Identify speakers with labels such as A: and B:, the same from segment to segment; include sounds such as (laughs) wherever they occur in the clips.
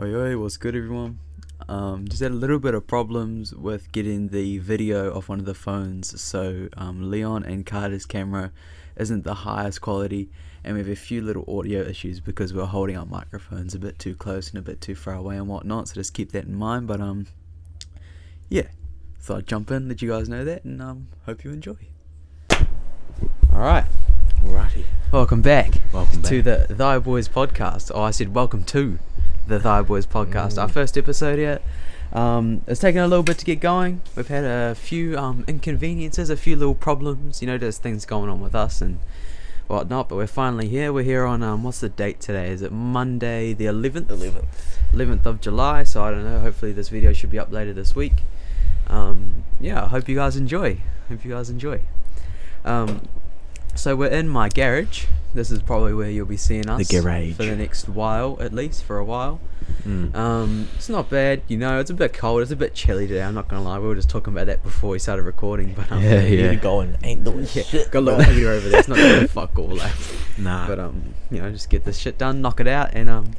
A: Oi, oi, what's good, everyone? Um, just had a little bit of problems with getting the video off one of the phones, so um, Leon and Carter's camera isn't the highest quality, and we have a few little audio issues because we're holding our microphones a bit too close and a bit too far away and whatnot. So just keep that in mind. But um, yeah, thought I'd jump in, let you guys know that, and um, hope you enjoy.
B: All right. Alrighty.
A: Welcome back.
B: Welcome back.
A: to the Thy Boys podcast. Oh, I said welcome to the Thy Boys podcast.
B: Mm.
A: Our first episode yet. Um, it's taken a little bit to get going. We've had a few um, inconveniences, a few little problems. You know, there's things going on with us and whatnot. But we're finally here. We're here on um, what's the date today? Is it Monday the 11th?
B: 11th.
A: 11th of July. So I don't know. Hopefully this video should be up later this week. Um, yeah, I hope you guys enjoy. Hope you guys enjoy. Um, so we're in my garage. This is probably where you'll be seeing us
B: garage.
A: for the next while, at least for a while.
C: Mm.
A: Um, it's not bad, you know. It's a bit cold. It's a bit chilly today. I'm not gonna lie. We were just talking about that before we started recording, but um,
B: Yeah,
A: (laughs)
B: yeah.
A: yeah.
B: going ain't doing shit.
A: Got a
B: bro.
A: little
C: (laughs)
A: heater over there. It's not gonna (laughs) fuck all that.
B: Nah.
A: But um, you know, just get this shit done, knock it out, and um,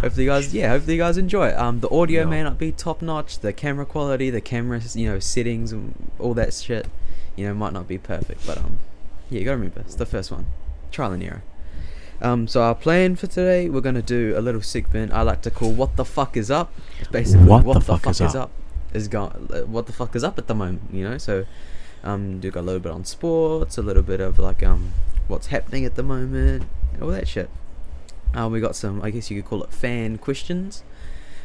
A: hopefully you guys, yeah, hopefully you guys enjoy it. Um, the audio
B: Yeah.
A: may not be top notch, the camera quality, the camera, you know, settings, and all that shit, you know, might not be perfect. But um, yeah, you gotta remember, it's the first one, trial and error. Um, so our plan for today, we're gonna do a little segment I like to call "What the fuck is up." It's basically what, the, fuck, is, up? is going. uh, What the fuck is up at the moment? You know, so um, do got a little bit on sports, a little bit of like um, what's happening at the moment, all that shit. Uh, we got some, I guess you could call it fan questions.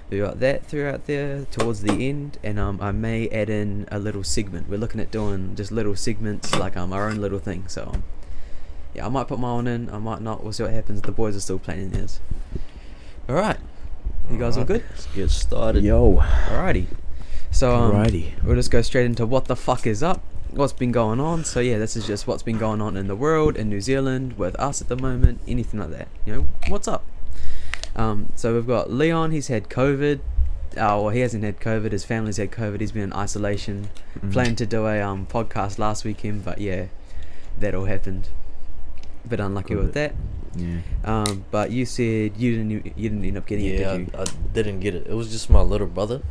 A: We got that throughout there towards the end, and um, I may add in a little segment. We're looking at doing just little segments, like um, our own little thing. So um, yeah, I might put my own in, I might not. We'll see what happens. The boys are still planning theirs. All right, you guys all
B: Alright.
A: good?
C: Let's get started.
B: Yo.
A: Alrighty. So um,
B: Alrighty.
A: we'll just go straight into what the fuck is up, what's been going on. So yeah, this is just what's been going on in the world, in New Zealand, with us at the moment, anything like that. You know, what's up? Um, so we've got Leon. He's had COVID. Oh, well, he hasn't had COVID. His family's had COVID. He's been in isolation.
B: Mm.
A: Planned to do a um, podcast last weekend, but yeah, that all happened. Bit unlucky
B: Got
A: with
B: it.
A: that.
B: Yeah.
A: Um, but you said you didn't you didn't end up getting
C: Yeah,
A: it, did you?
C: I, I didn't get it. It was just my little brother.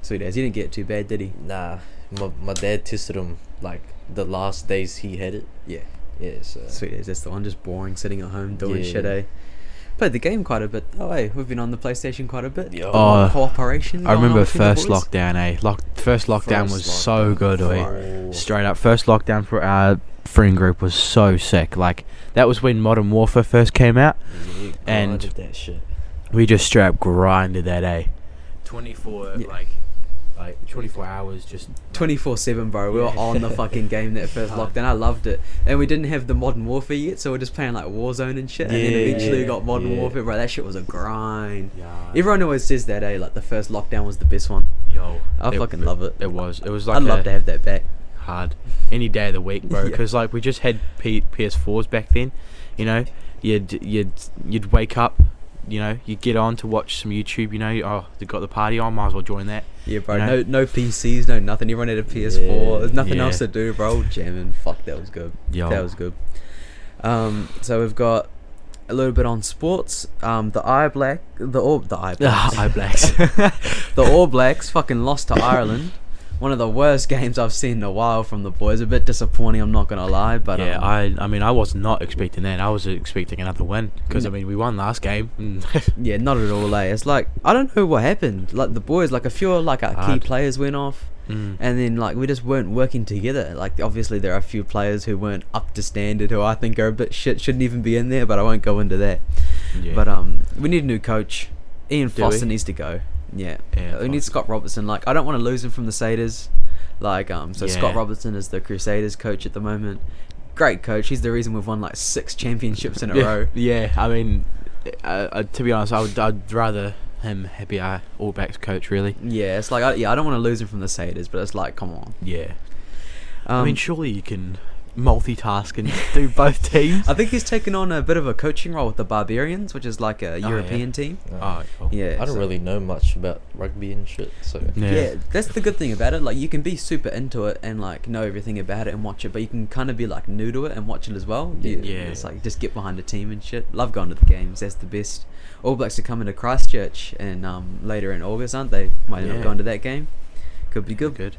A: Sweet as you didn't get it too bad, did he?
C: Nah, my, my dad tested him like the last days he had it.
A: Yeah.
C: Yeah, so
A: Sweet as that's the one, just boring, sitting at home doing
C: Yeah.
A: shit. Eh? Played the game quite a bit. Oh, hey, we've been on the PlayStation quite a bit.
C: Yo.
A: A lot of
B: Oh,
A: cooperation.
B: I
A: going on
B: remember
A: between the
B: first
A: boys.
B: lockdown, eh? Lock first lockdown
C: First
B: was so
C: lockdown.
B: good, eh?
C: Bro.
B: Straight up, first lockdown for our friend group was so sick. Like that was when Modern Warfare first came out.
C: Yeah, we
B: And-
C: grinded that shit.
B: We just straight up grinded that, eh? Twenty four,
A: Yeah.
B: like, like twenty four hours, just
A: 24 7, bro. We were
B: Yeah.
A: on the fucking game that
B: (laughs)
A: first
B: Hard.
A: lockdown. I loved it. And we didn't have the Modern Warfare yet, so we're just playing like Warzone and shit. and then
C: Yeah,
A: eventually we
C: yeah,
A: got Modern
C: yeah.
A: Warfare, bro. That shit was a grind.
B: yeah.
A: Everyone always says that, eh? Like the first lockdown was the best one.
B: yo,
A: I fucking love it.
B: It was, it was like
A: I'd love
B: a-
A: to have that back.
B: hard any day of the week, bro.
A: Yeah.
B: Because like we just had P- PS4s back then, you know. You'd you'd you'd wake up, you know. You would get on to watch some YouTube, you know. Oh, they got the party on. Might as well join that.
A: Yeah, bro.
B: You know?
A: No, no PCs, no nothing. Everyone had a PS4.
C: Yeah.
A: There's nothing
B: Yeah.
A: else to do, bro. Jamming. Fuck, that was good.
B: Yo.
A: That was good. Um, so we've got a little bit on sports. Um, the Eye Black, the All, the
B: (laughs)
A: Eye Blacks,
B: Eye blacks.
A: (laughs) the All Blacks fucking lost to Ireland. One of the worst games I've seen in a while from the boys. A bit disappointing, I'm not gonna lie, but
B: yeah,
A: um,
B: I I mean I was not expecting that. I was expecting another win because I
A: Mm.
B: mean we won last game. Mm.
A: yeah, not at all. Eh? It's like I don't know what happened. Like the boys, like a few of, like our key
B: Hard.
A: players went off.
B: (laughs) Mm.
A: and then like we just weren't working together. Like obviously there are a few players who weren't up to standard who I think are a bit shit shouldn't even be in there, but I won't go into that.
B: yeah.
A: But um, we need a new coach. Ian
B: Do
A: Foster
B: we?
A: needs to go. Yeah,
B: Yeah,
A: we need
B: Foster.
A: Scott Robertson. Like I don't want to lose him from the Satyrs. Like um, so Scott
B: Yeah.
A: Robertson is the Crusaders coach at the moment. Great coach. He's the reason we've won like six championships in a
B: (laughs) yeah,
A: row.
B: Yeah, I mean, uh, uh, to be honest, I would I'd rather him be our All Blacks coach really.
A: Yeah, it's like I, yeah, I don't want to lose him from the Satyrs, but it's like come on.
B: Yeah.
A: Um,
B: I mean, surely you can multitask and (laughs) do both (laughs) teams.
A: I think he's taken on a bit of a coaching role with the Barbarians, which is like a
B: Oh, yeah.
A: European team.
C: No,
B: Oh, cool.
A: Yeah.
C: I don't
A: so-
C: really know much about rugby and shit, so
B: Yeah.
A: Yeah. that's the good thing about it. Like you can be super into it and like know everything about it and watch it, but you can kind of be like new to it and watch it as well. You-
B: Yeah.
A: It's like just get behind a team and shit. Love going to the games. That's the best. All Blacks are coming to Christchurch and um, later in August, aren't they? Might end up
B: Yeah.
A: going to that game. Could be good.
B: Good.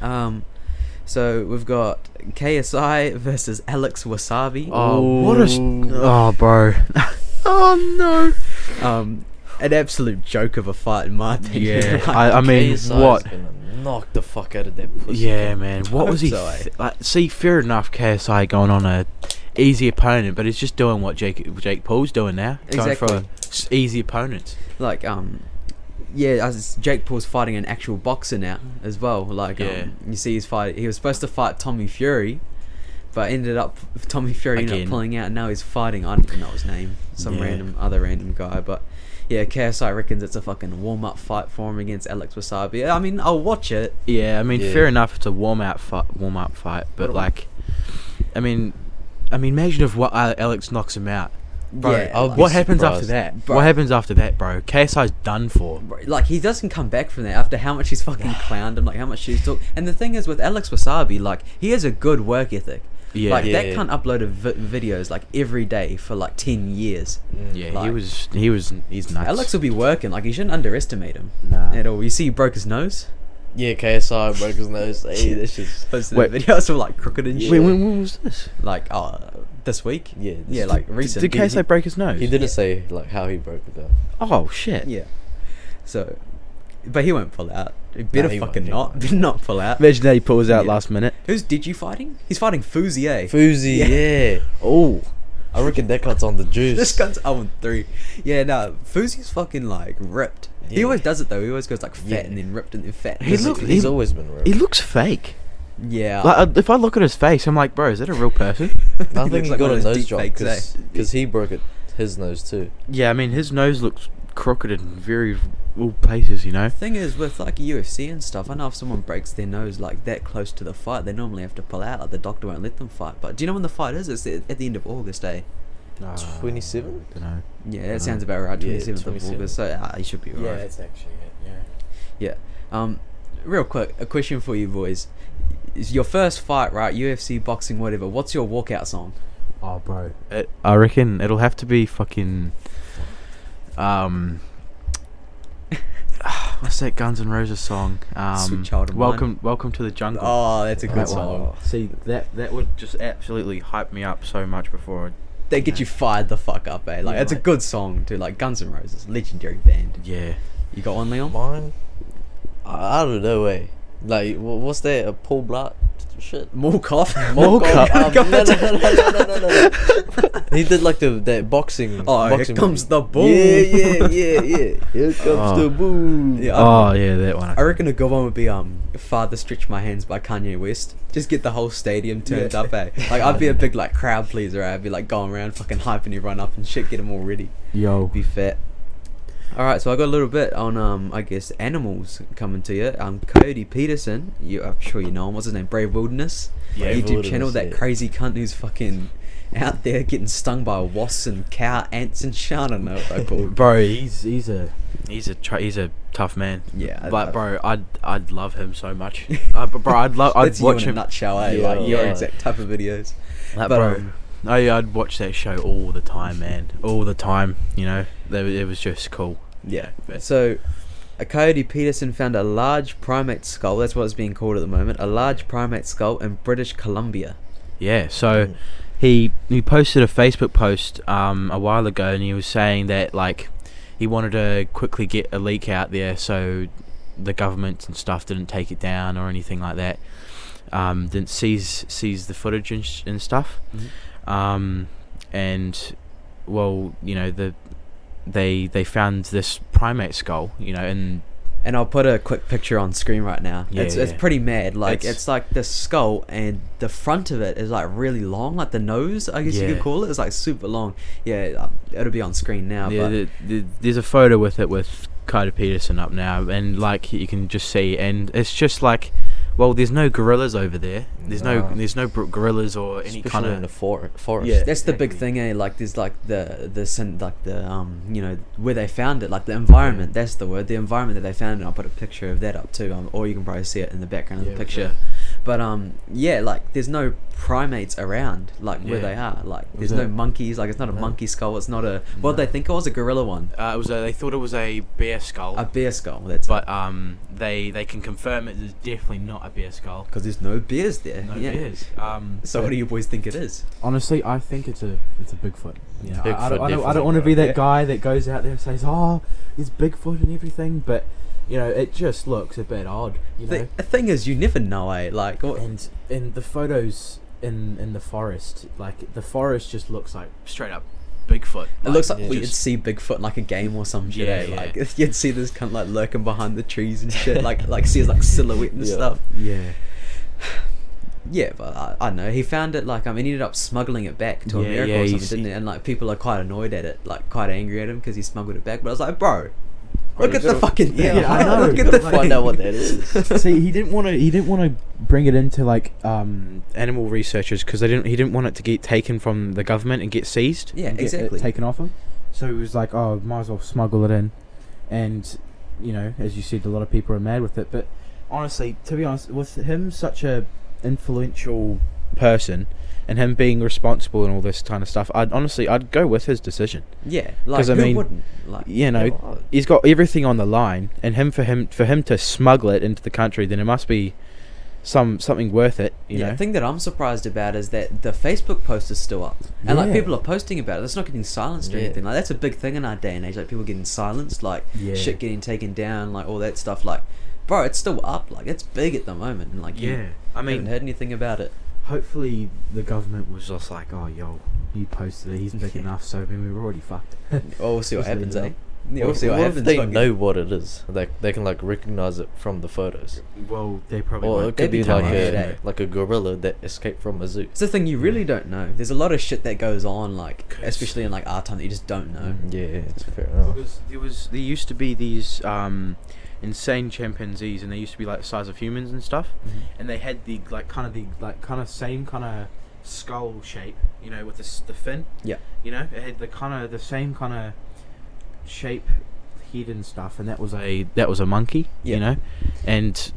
A: Um, so we've got KSI versus Alex Wasabi.
B: Oh, what a. s- (laughs)
C: Ooh.
B: Oh, bro. oh, no.
A: Um, an absolute joke of a fight, in my opinion.
B: (laughs) Yeah,
A: (laughs)
B: I, I mean,
C: KSI is
B: what?
C: gonna knock the fuck out of that pussy.
B: Yeah, man. What
A: hope
B: was he?
A: so, eh?
B: Th- like, see, fair enough, KSI going on a easy opponent, but it's just doing what Jake Jake Paul's doing now, going for
A: Exactly.
B: a s- easy opponents.
A: like um yeah as Jake Paul's fighting an actual boxer now as well like
B: Yeah.
A: um, you see he's fight he was supposed to fight Tommy Fury but ended up (laughs) Tommy Fury ended
B: Again.
A: up pulling out and now he's fighting I don't even know his name some
B: Yeah.
A: random other random guy but yeah KSI reckons it's a fucking warm up fight for him against Alex Wasabi I mean I'll watch it
B: Yeah, I mean,
C: Yeah.
B: fair enough. It's a warm out fight, warm up fight, but
A: What a-
B: like, I mean, I mean, imagine if what uh, Alex knocks him out. Bro,
A: Yeah, I'll
B: what
C: be
B: happens after
C: surprised.
B: that?
A: Bro.
B: What happens after that, bro? KSI's done for.
A: like he doesn't come back from that after how much he's
B: (sighs)
A: fucking clowned him like how much she's talked and the thing is with Alex Wasabi like he has a good work ethic
B: Yeah,
A: like that
C: Yeah.
A: can't upload a vi- videos like every day for like 10 years
C: Mm.
B: yeah. he
A: like-
B: was, he was, he's nuts.
A: alex will be working like you shouldn't underestimate him
B: Nah.
A: at all you see he broke his nose
C: Yeah, KSI broke his nose. Hey, that's just
A: Most of
B: Wait.
A: the videos were like crooked and shit
B: Wait, when, when was this?
A: like oh this week
C: yeah. this-
A: yeah like
B: Did-
A: recent
B: Did
A: He-
B: KSI break his nose?
C: he didn't say like how he broke it though.
B: Oh shit.
A: yeah so but he won't pull out he better
C: he won't,
A: fucking
C: he
A: not
C: won't.
A: better (laughs) not pull out
B: Imagine that he pulls out
A: Yeah.
B: last minute.
A: who's did you fighting he's fighting Fuzi eh
C: Foozy,
A: Yeah.
C: yeah.
B: Oh,
C: I reckon that cut's on the juice.
A: this gun's 0 3. Yeah, no, Fuzi's fucking like ripped. He
C: Yeah.
A: always does it though. He always goes like fat
C: Yeah.
A: and then ripped and then fat.
B: He
A: Does it-
B: look-
C: he's
B: he-
C: always been
B: he
C: real.
B: looks fake.
A: Yeah.
B: Like, uh, if I look at his face, I'm like, bro, is that a real person?
C: I think
A: looks
C: he
A: like
C: got
A: one
C: a
A: of those
C: nose
A: deep
C: job
A: fakes, eh?
C: because he broke it his nose too.
B: yeah, I mean, his nose looks crooked in very all places, you know.
A: thing is with like UFC and stuff, I know if someone breaks their nose like that close to the fight, they normally have to pull out. Like the doctor won't let them fight. But do you know when the fight is? It's at at the end of August, eh?
B: Uh,
C: 27?
B: Don't know.
A: Yeah, that
B: Mhm.
A: sounds about right.
C: Yeah,
A: Twenty seventh of
C: 27th.
A: August. So uh, you should be right.
C: actually it. Yeah.
A: Yeah. Um, real quick, a question for you boys: Is your first fight right? UFC, boxing, whatever. What's your walkout song?
B: Oh, bro. It, I reckon it'll have to be fucking. Um. (laughs) ah, what's that Guns N' Roses song? Um,
A: Child of Mine.
B: welcome, welcome to the jungle.
A: Oh, that's a
B: That
A: good
B: one.
A: song.
B: See that that would just absolutely hype me up so much before. I,
A: They get you fired the fuck up, eh? Like
B: Yeah,
A: it's a
B: like-
A: good song too. Like Guns N' Roses, legendary band.
B: yeah.
A: You got one, Leon?
C: Mine, I, I don't know. Way like wha- what's that? A Paul Blart shit.
A: More cough. (laughs)
B: More cough.
C: Um, no, no, no, no, no, no, no, no, no. he did like the that boxing.
A: Oh, here
C: boxing
A: comes
C: movie.
A: the boom.
C: Yeah, yeah, yeah, yeah. Here comes
B: Oh.
C: the boom.
A: Yeah,
B: Oh yeah, that one.
A: (laughs) I reckon a good one would be um "Father Stretch My Hands" by Kanye West. Just get the whole stadium turned
C: Yeah.
A: up, eh? Like I'd be a big like crowd pleaser. eh? I'd be like going around fucking hyping everyone up and shit, get them all ready.
B: Yo.
A: Be fat. All right, so I got a little bit on um I guess animals coming to you. Um, Cody Peterson, you I'm sure you know him. What's his name? Brave Wilderness.
B: Yeah,
A: YouTube
C: Brave
A: channel.
C: Wilderness,
A: That
C: yeah.
A: crazy cunt who's fucking out there getting stung by wasps and cow ants and shit. I don't know what they're
C: (laughs)
A: called.
B: Bro, he's he's a he's a tr- he's a tough man.
A: Yeah, I-
B: but
A: I-
B: bro, I'd I'd love him so
A: (laughs)
B: much. I, bro, I'd love I'd
A: That's
B: watch
A: you in
B: him.
A: a nutshell, eh?
C: Yeah.
A: like your
B: Yeah.
A: exact type of videos.
B: Like,
A: But,
B: bro,
A: um,
B: oh yeah, I'd watch that show all the time, man, all the time. You know, They were- it was just cool.
A: Yeah.
B: but-
A: So, a coyote Peterson found a large primate skull. That's what it's being called at the moment. A large primate skull in British Columbia.
B: Yeah, so he he posted a Facebook post um, a while ago, and he was saying that like he wanted to quickly get a leak out there so the government and stuff didn't take it down or anything like that. Um, didn't seize seize the footage and, sh- and stuff. Um, and well, you know the they they found this primate skull, you know, and
A: And I'll put a quick picture on screen right now.
B: Yeah,
A: it's, it's
B: yeah.
A: pretty mad. Like it's,
B: It's-
A: like this skull and the front of it is like really long, like the nose, I guess you
B: Yeah.
A: could call it. It's like super long. Yeah, um, it'll be on screen now.
B: Yeah,
A: but
B: the, the, there's a photo with it with Carter Peterson up now, and like you can just see, and it's just like, well, there's no gorillas over there. There's no,
C: Nah.
B: there's no bro- gorillas or any
C: Especially
B: kind
C: in the
B: of.
C: for- forest.
B: Yeah.
A: that's the big thing, eh? Like there's like the the syn- like the um you know where they found it, like the environment. That's the word, the environment that they found it. I'll put a picture of that up too, um, or you can probably see it in the background of the picture. But um, yeah, like there's no primates around, like where
B: Yeah.
A: they are. Like
C: Was
A: there's no
C: it-
A: monkeys. Like it's not a
C: No.
A: monkey skull. It's not a what
B: No.
A: they think it was a gorilla one,
B: Uh, it was a, they thought it was a bear skull,
A: a bear skull. That's
B: but um, they they can confirm it is definitely not a bear skull.
A: because there's no bears there.
B: No
A: yeah.
B: bears. Um,
A: So what do you boys think it is?
D: Honestly, I think it's a it's a Bigfoot. Yeah, I- I,
C: Bigfoot
D: don't, I don't, I
C: definitely,
D: don't want to
C: bro.
D: be that
A: Yeah.
D: guy that goes out there and says, "Oh, it's Bigfoot and everything," but you know, it just looks a bit odd. You
A: The
D: know,
A: the thing is, you never know, eh? Like, what,
D: and and the photos in in the forest, like the forest just looks like
B: straight up Bigfoot.
A: it looks like
C: yeah,
A: you'd
B: just-
A: see Bigfoot in like a game or some shit.
B: Yeah,
A: eh?
B: yeah.
A: Like (laughs) you'd see this kind of like lurking behind the trees and shit. like like see his like silhouette and
C: Yeah.
A: stuff.
D: yeah,
A: Yeah, but I, I don't know. He found it like um, he ended up smuggling it back to
B: Yeah,
A: America
B: yeah,
A: or something,
B: he's-
A: didn't he? And like people are quite annoyed at it, like quite angry at him because he smuggled it back. But I was like, bro,
C: Bro,
A: look at the
C: you gotta-
A: fucking thing.
D: Yeah, I know.
A: (laughs) look at
D: You
A: the
D: gotta
A: thing.
C: find out what that is.
D: See, he didn't want to. He didn't want to bring it into like um,
B: animal researchers because they didn't. He didn't want it to get taken from the government and get seized.
A: Yeah,
D: and get it
A: exactly.
D: taken off him. So he was like, "Oh, might as well smuggle it in," and you know, as you said, a lot of people are mad with it. But honestly, to be honest, with him such a influential,
B: Person, and him being responsible and all this kind of stuff. I'd honestly, I'd go with his decision.
A: (laughs) yeah, like
B: 'Cause, I
A: who
B: mean,
A: wouldn't? Like,
B: You know, he's got everything on the line, and him for him for him to smuggle it into the country, then it must be some something worth it. You
A: yeah,
B: know.
A: the thing that I'm surprised about is that the Facebook post is still up, and like
D: Yeah.
A: people are posting about it. That's not getting silenced or
C: Yeah.
A: anything. Like that's a big thing in our day and age. Like people getting silenced, like
D: Yeah.
A: shit getting taken down, like all that stuff. Like, bro, it's still up. Like it's big at the moment, and like you
B: I
A: haven't heard anything about it.
D: hopefully, the government was just like, "Oh, yo, he posted it. He's big
B: (laughs)
A: Yeah.
D: enough." So I mean, we were already fucked.
A: Well, we'll see
D: Just leave
A: what happens,
D: it
A: eh?
D: up.
A: Yeah, we'll
C: What-
A: see what
C: what if
A: happens.
C: they
A: fucking-
C: know what it is? They, they can like recognize it from the photos.
D: Well, they probably.
C: Or it
D: won't.
A: That'd
C: could
A: be
C: be like
A: tough,
C: a
A: eh?
C: like a gorilla that escaped from a zoo.
A: It's the thing you really don't know. There's a lot of shit that goes on, like
B: 'Cause-
A: especially in like our time that you just don't know.
C: Yeah, it's fair enough.
B: Because there was there used to be these um, insane chimpanzees, and they used to be like the size of humans and stuff. And they had the like kind of the like kind of same kind of skull shape, you know, with the s- the fin.
A: Yeah.
B: You know, it had the kind of the same kind of shape, head and stuff, and that was a that was a monkey.
A: Yeah.
B: You know, and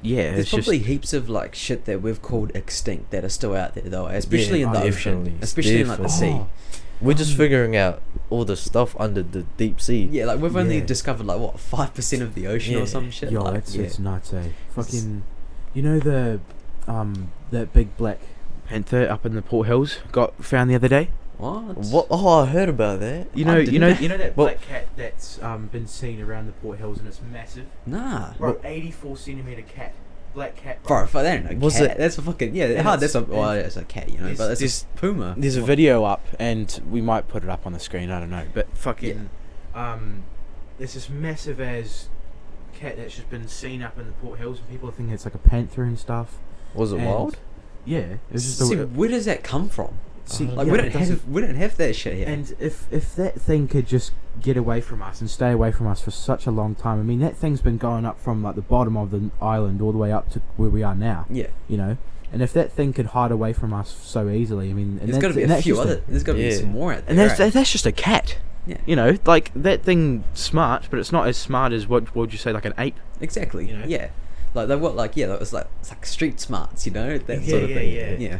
B: yeah,
A: There's
B: it's just
A: probably heaps of like shit that we've called extinct that are still out there though, eh? especially in the
C: oh,
A: ocean,
C: definitely,
A: especially in like the sea.
D: Oh,
C: We're just figuring out all the stuff under the deep sea.
A: Yeah, like we've only
D: Yeah.
A: discovered like what five percent of the ocean
C: Yeah.
A: or some shit.
D: Yo,
A: like,
D: it's
A: yeah.
D: it's nuts, eh? Fucking, you know the, um, that big black.
B: panther up in the Port Hills got found the other day.
A: what?
C: What? Oh, I heard about that.
B: You
A: I
B: know, you
A: didn't
B: know,
A: know.
B: you know that
C: Well-
B: black cat that's um, been seen around the Port Hills, and it's massive.
A: Nah,
B: Bro, 84 centimeter cat, black cat.
A: bro, if I don't know.
C: Was
A: cat,
C: it-
A: That's a fucking yeah.
B: And
A: hard. That's a
B: it's-
A: well, it's a cat, you know,
B: This-
A: but it's
B: this-
A: a puma.
B: There's a video up, and we might put it up on the screen. I don't know, but fucking, um, there's this massive as cat that's just been seen up in the Port Hills, and people are
D: I
B: thinking,
D: think it's like a panther and stuff.
C: Was it
D: and-
C: wild?
D: Yeah, it's just
A: See,
D: a,
A: where does that come from?
D: see,
C: Uh,
D: yeah,
A: Like we
D: it
A: don't
D: doesn't-
A: have we don't have that shit here.
D: And if if that thing could just get away from us and stay away from us for such a long time, I mean that thing's been going up from like the bottom of the island all the way up to where we are now.
A: yeah,
D: You know, and if that thing could hide away from us so easily, I mean, and
A: there's
D: that's-
A: got to be
D: and
A: a
D: that's
A: few
D: just
A: other. There's got to be
C: Yeah.
A: some more out there.
B: and that's
A: right?
B: that, that's just a cat.
A: Yeah.
B: You know, like that thing smart, but it's not as smart as what would you say, like an ape?
A: Exactly.
B: You know?
A: Yeah. Like they what like yeah, that was like it's like street smarts, you know, that
B: Yeah,
A: sort of
B: yeah,
A: thing.
B: yeah.
A: yeah.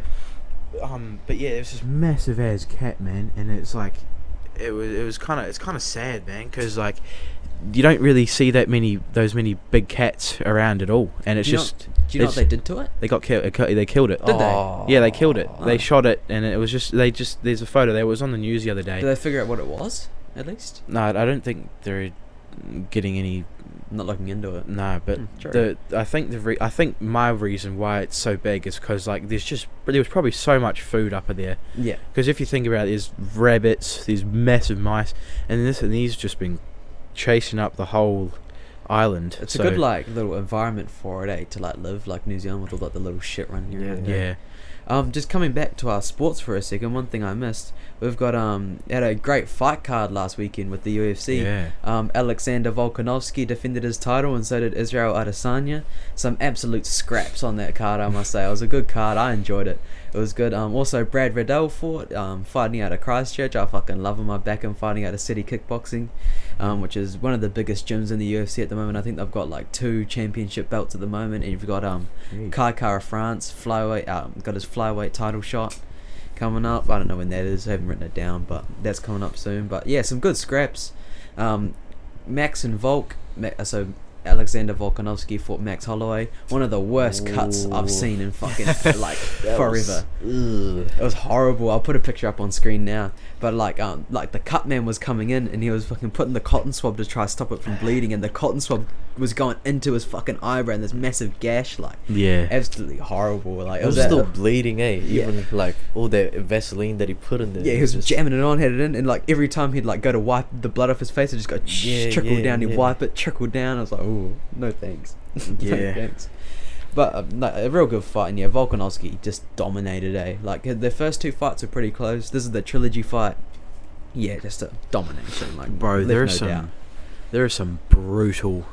B: Um, but yeah, it was just
D: massive ass cat man, and it's like
B: it was it was kind of it's kind of sad, man, because like you don't really see that many those many big cats around at all, and it's
A: Do you know-
B: just
A: Do you know
B: it's-
A: what they did to it?
B: they got killed. They killed it.
A: Did they?
B: Yeah, they killed it.
A: Oh.
B: They shot it, and it was just they just there's a photo. There it was on the news the other day.
A: Did they figure out what it was? At least,
B: no, I don't think they're getting any.
A: I'm not looking into it.
B: No, but
A: Hmm, true.
B: the I think the re- I think my reason why it's so big is because like there's just there was probably so much food up in there.
A: Yeah,
B: Because if you think about it, there's rabbits, these massive mice, and this and these just been chasing up the whole island.
A: it's
B: so-
A: a good like little environment for it, eh? To like live like New Zealand with all like the little shit running around.
B: Yeah.
A: Um, just coming back to our sports for a second. One thing I missed, we've got um had a great fight card last weekend with the UFC.
B: yeah.
A: Um, Alexander Volkanovski defended his title, and so did Israel Adesanya. Some absolute scraps on that card, I must say. It was a good card. I enjoyed it. It was good. Um, also Brad Riddell fought um, fighting out of Christchurch. I fucking love him. I'm back in fighting out of City Kickboxing, um, which is one of the biggest gyms in the UFC at the moment. I think they've got like two championship belts at the moment, and you've got um
D: Jeez.
A: Kai Kara France flyweight um, got his flyweight title shot coming up. I don't know when that is. I haven't written it down, but that's coming up soon. But yeah, some good scraps. Um, Max and Volk. Ma- uh, so Alexander Volkanovski fought Max Holloway. One of the worst cuts
C: Ooh.
A: I've seen
C: (laughs)
A: in fucking like
C: That was-
A: forever.
C: Ugh.
A: It was horrible. I'll put a picture up on screen now. But like, um, like the cut man was coming in and he was fucking putting the cotton swab to try to stop it from bleeding, and the cotton swab was going into his fucking eyebrow and this massive gash. Like,
B: Yeah.
A: absolutely horrible. Like,
C: It was
A: that-
C: still bleeding, eh?
A: Yeah.
C: Even like all that Vaseline that he put in there.
A: yeah, he was
C: just-
A: jamming it on, had it in, and like every time he'd like go to wipe the blood off his face, it just go
C: Yeah,
A: trickle
C: yeah,
A: down. He'd
C: yeah.
A: wipe it, trickle down. I was like, oh, no thanks. (laughs) no
D: Yeah.
A: thanks. But um, no, a real good fight, and yeah, Volkanovski just dominated. Eh, like their first two fights were pretty close. This is the trilogy fight. Yeah, just a domination. Like,
B: Bro,
A: left
B: there are
A: no
B: some
A: doubt.
B: there are some brutal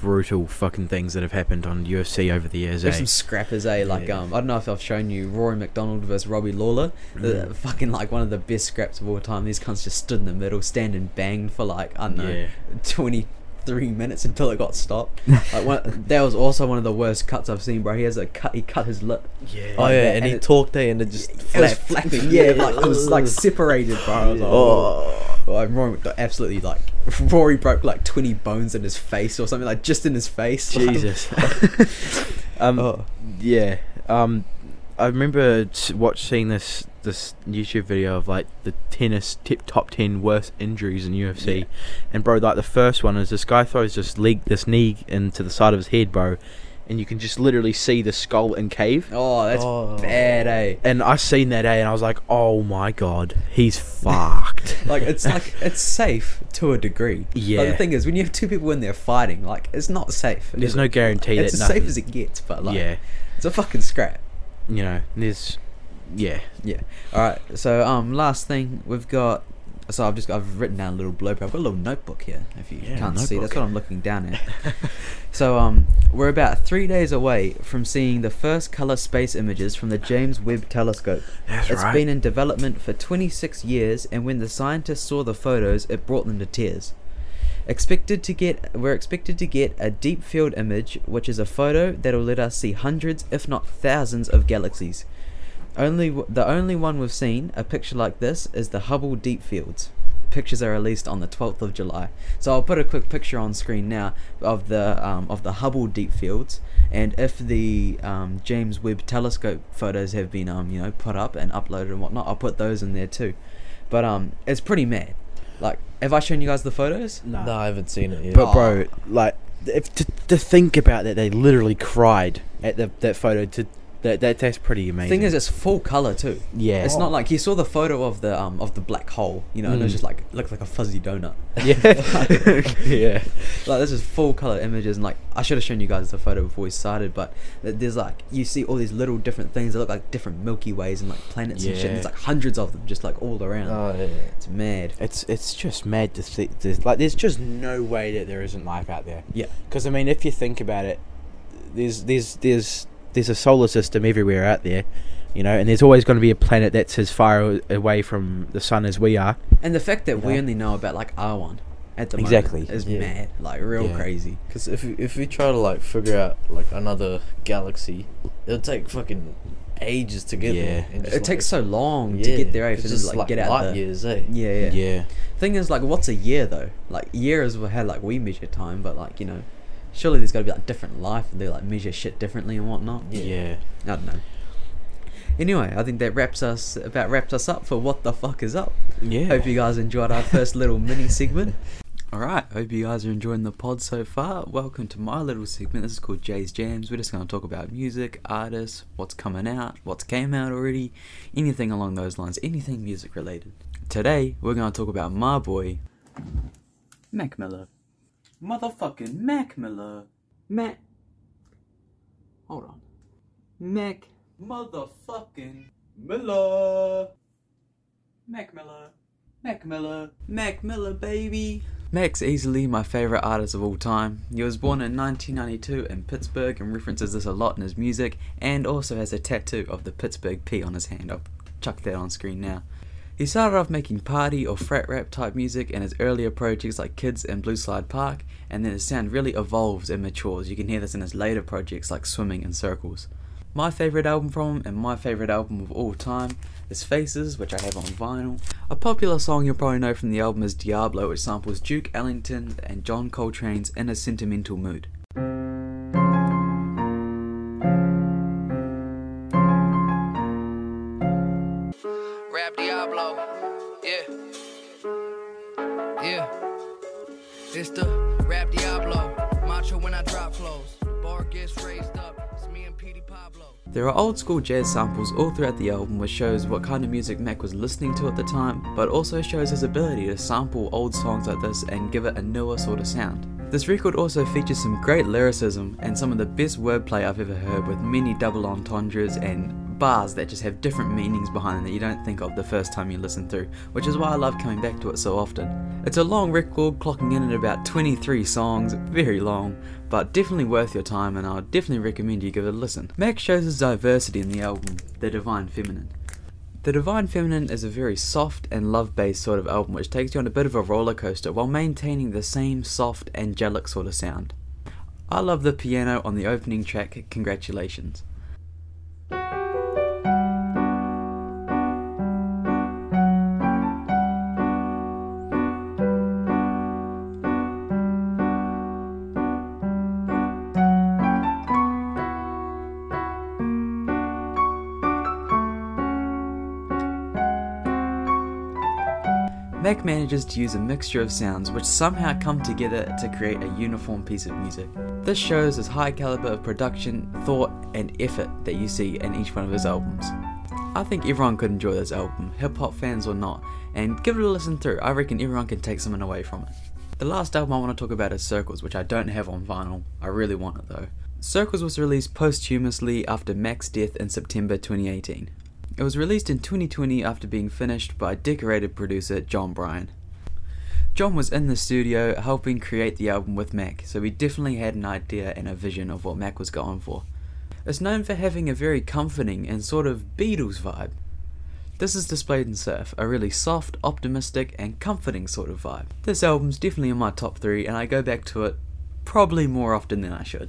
B: brutal fucking things that have happened on UFC over the years, eh?
A: There's some scrappers, eh? Like,
C: Yeah.
A: um, I don't know if I've shown you Rory McDonald versus Robbie Lawler. The, fucking like one of the best scraps of all time. These cunts just stood in the middle, standing banged for like I don't know,
B: Yeah.
A: 23 minutes until it got (laughs) stopped. like one, that was also one of the worst cuts I've seen, bro. He has a cut. He cut his lip.
B: Yeah.
C: Oh
A: like
C: yeah,
A: that,
C: and,
A: and
C: he
A: it-
C: talked there, and it just
A: It was
C: flapped.
A: flapping. (laughs) Yeah, like it was
C: (laughs)
A: like
C: Ugh.
A: separated, bro. I was like, oh.
C: Oh.
A: Like, Rory McDo- absolutely like (laughs) Rory broke like 20 bones in his face or something like just in his face. like-
B: Jesus. (laughs) um,
C: Oh.
B: yeah. Um, I remember s- watch seeing this this YouTube video of like the tennis tip top ten worst injuries in UFC,
A: Yeah.
B: and bro, like the first one is this guy throws this leg this knee into the side of his head, bro, and you can just literally see the skull concave.
A: (laughs) Oh, that's
C: Oh.
A: bad, eh?
B: And I seen that day, and I was like, "Oh my god, he's fucked."
A: like it's like it's safe to a degree. Like,
B: Yeah.
A: the thing is, when you have two people in there fighting, like it's not safe.
B: There's
A: It's-
B: no guarantee
A: It's
B: that
A: as safe
B: nothing-
A: as it gets, but like
B: yeah,
A: it's a fucking scrap.
B: you know, there's, yeah,
A: Yeah. All right. So um, last thing we've got. So I've just I've written down a little blurb. I've got a little notebook here. If you
B: Yeah,
A: can't see, that's
B: notebook.
A: what I'm looking down at.
B: (laughs)
A: so um, we're about three days away from seeing the first color space images from the James Webb Telescope.
B: that's
A: It's
B: right.
A: been in development for 26 years, and when the scientists saw the photos, it brought them to tears. Expected to get, we're expected to get a deep field image, which is a photo that'll let us see hundreds, if not thousands, of galaxies. Only w- the only one we've seen a picture like this is the Hubble Deep Fields. Pictures are released on the 12th of July. So I'll put a quick picture on screen now of the um, of the Hubble Deep Fields, and if the um, James Webb Telescope photos have been um you know put up and uploaded and whatnot, I'll put those in there too. But um, it's pretty mad. Like, have I shown you guys the photos?
D: Nah.
C: No, I haven't seen it yet.
B: But bro, like if to, to think about that, they literally cried at the, that photo. To that, that that's pretty amazing.
A: Thing is, it's full color too.
B: yeah,
A: It's not like you saw the photo of the um of the black hole, you know, and it was
B: Mm.
A: just like looked like a fuzzy
B: (laughs)
A: donut.
B: (laughs)
A: (laughs)
B: yeah, yeah.
A: like this is full color images and like i should have shown you guys the photo before we started but th- there's like you see all these little different things that look like different milky ways and like planets and shit and there's
B: Yeah.
A: like hundreds of them just like all around
C: oh yeah.
A: it's mad
B: It's it's just mad to see. To, like, there's just no way that there isn't life out there.
A: yeah
B: Because I mean, if you think about it, there's there's there's there's a solar system everywhere out there, you know, and there's always going to be a planet that's as far a- away from the sun as we are.
A: and the fact that we
B: Yeah.
A: only know about like our one at the
B: Exactly.
A: moment is
C: Yeah.
A: mad like real
B: Yeah.
A: crazy
C: Because if we, if we try to like figure out like another galaxy, it'll take fucking ages to get there.
B: Yeah.
C: and just,
A: it
C: like,
A: takes so long to
C: yeah,
A: get there eh,
C: it's
A: for them to like, get out
C: light
A: the,
C: years, eh?
A: yeah yeah thing is like what's a year though like year is how like we measure time but like you know surely there's got to be like different life and they like measure shit differently and whatnot
C: Yeah.
A: I don't know. Anyway, I think that wraps us about wraps us up for what the fuck is up.
B: yeah.
A: Hope you guys enjoyed our first little mini segment. (laughs) All right, hope you guys are enjoying the pod so far. Welcome to my little segment. This is called Jay's Jams. We're just going to talk about music, artists, what's coming out, what's came out already, anything along those lines, anything music related. Today, we're going to talk about my boy, Mac Miller. Motherfucking Mac Miller. Mac. Hold on. Mac. Motherfucking Miller. Mac Miller. Mac Miller. Mac Miller, baby. Next, easily my favorite artist of all time. He was born in 1992 in Pittsburgh and references this a lot in his music and also has a tattoo of the Pittsburgh P on his hand. I'll chuck that on screen now. He started off making party or frat rap type music in his earlier projects like Kids and Blue Slide Park, and then his sound really evolves and matures. You can hear this in his later projects like Swimming and Circles. My favourite album from him, and my favourite album of all time, is Faces, which I have on vinyl. A popular song you'll probably know from the album is Diablo, which samples Duke Ellington and John Coltrane's In a Sentimental Mood.
E: Rap Diablo. Yeah. Yeah. It's the Rap Diablo. Macho when I drop flows. Bar gets raised up. It's me and Petey Pablo.
A: There are old school jazz samples all throughout the album, which shows what kind of music Mac was listening to at the time, but also shows his ability to sample old songs like this and give it a newer sort of sound. This record also features some great lyricism and some of the best wordplay I've ever heard, with many double entendres and bars that just have different meanings behind them that you don't think of the first time you listen through, which is why I love coming back to it so often. It's a long record, clocking in at about 23 songs, very long, but definitely worth your time, and I'll definitely recommend you give it a listen. Mac shows his diversity in the album, The Divine Feminine. The Divine Feminine is a very soft and love based sort of album which takes you on a bit of a roller coaster while maintaining the same soft, angelic sort of sound. I love the piano on the opening track, Congratulations. Mac manages to use a mixture of sounds which somehow come together to create a uniform piece of music. This shows his high caliber of production, thought, and effort that you see in each one of his albums. I think everyone could enjoy this album, hip hop fans or not, and give it a listen through. I reckon everyone can take something away from it. The last album I want to talk about is Circles, which I don't have on vinyl. I really want it though. Circles was released posthumously after Mac's death in September 2018. It was released in 2020 after being finished by decorated producer John Bryan. John was in the studio helping create the album with Mac, so he definitely had an idea and a vision of what Mac was going for. It's known for having a very comforting and sort of Beatles vibe. This is displayed in Surf, a really soft, optimistic, and comforting sort of vibe. This album's definitely in my top three, and I go back to it probably more often than I should.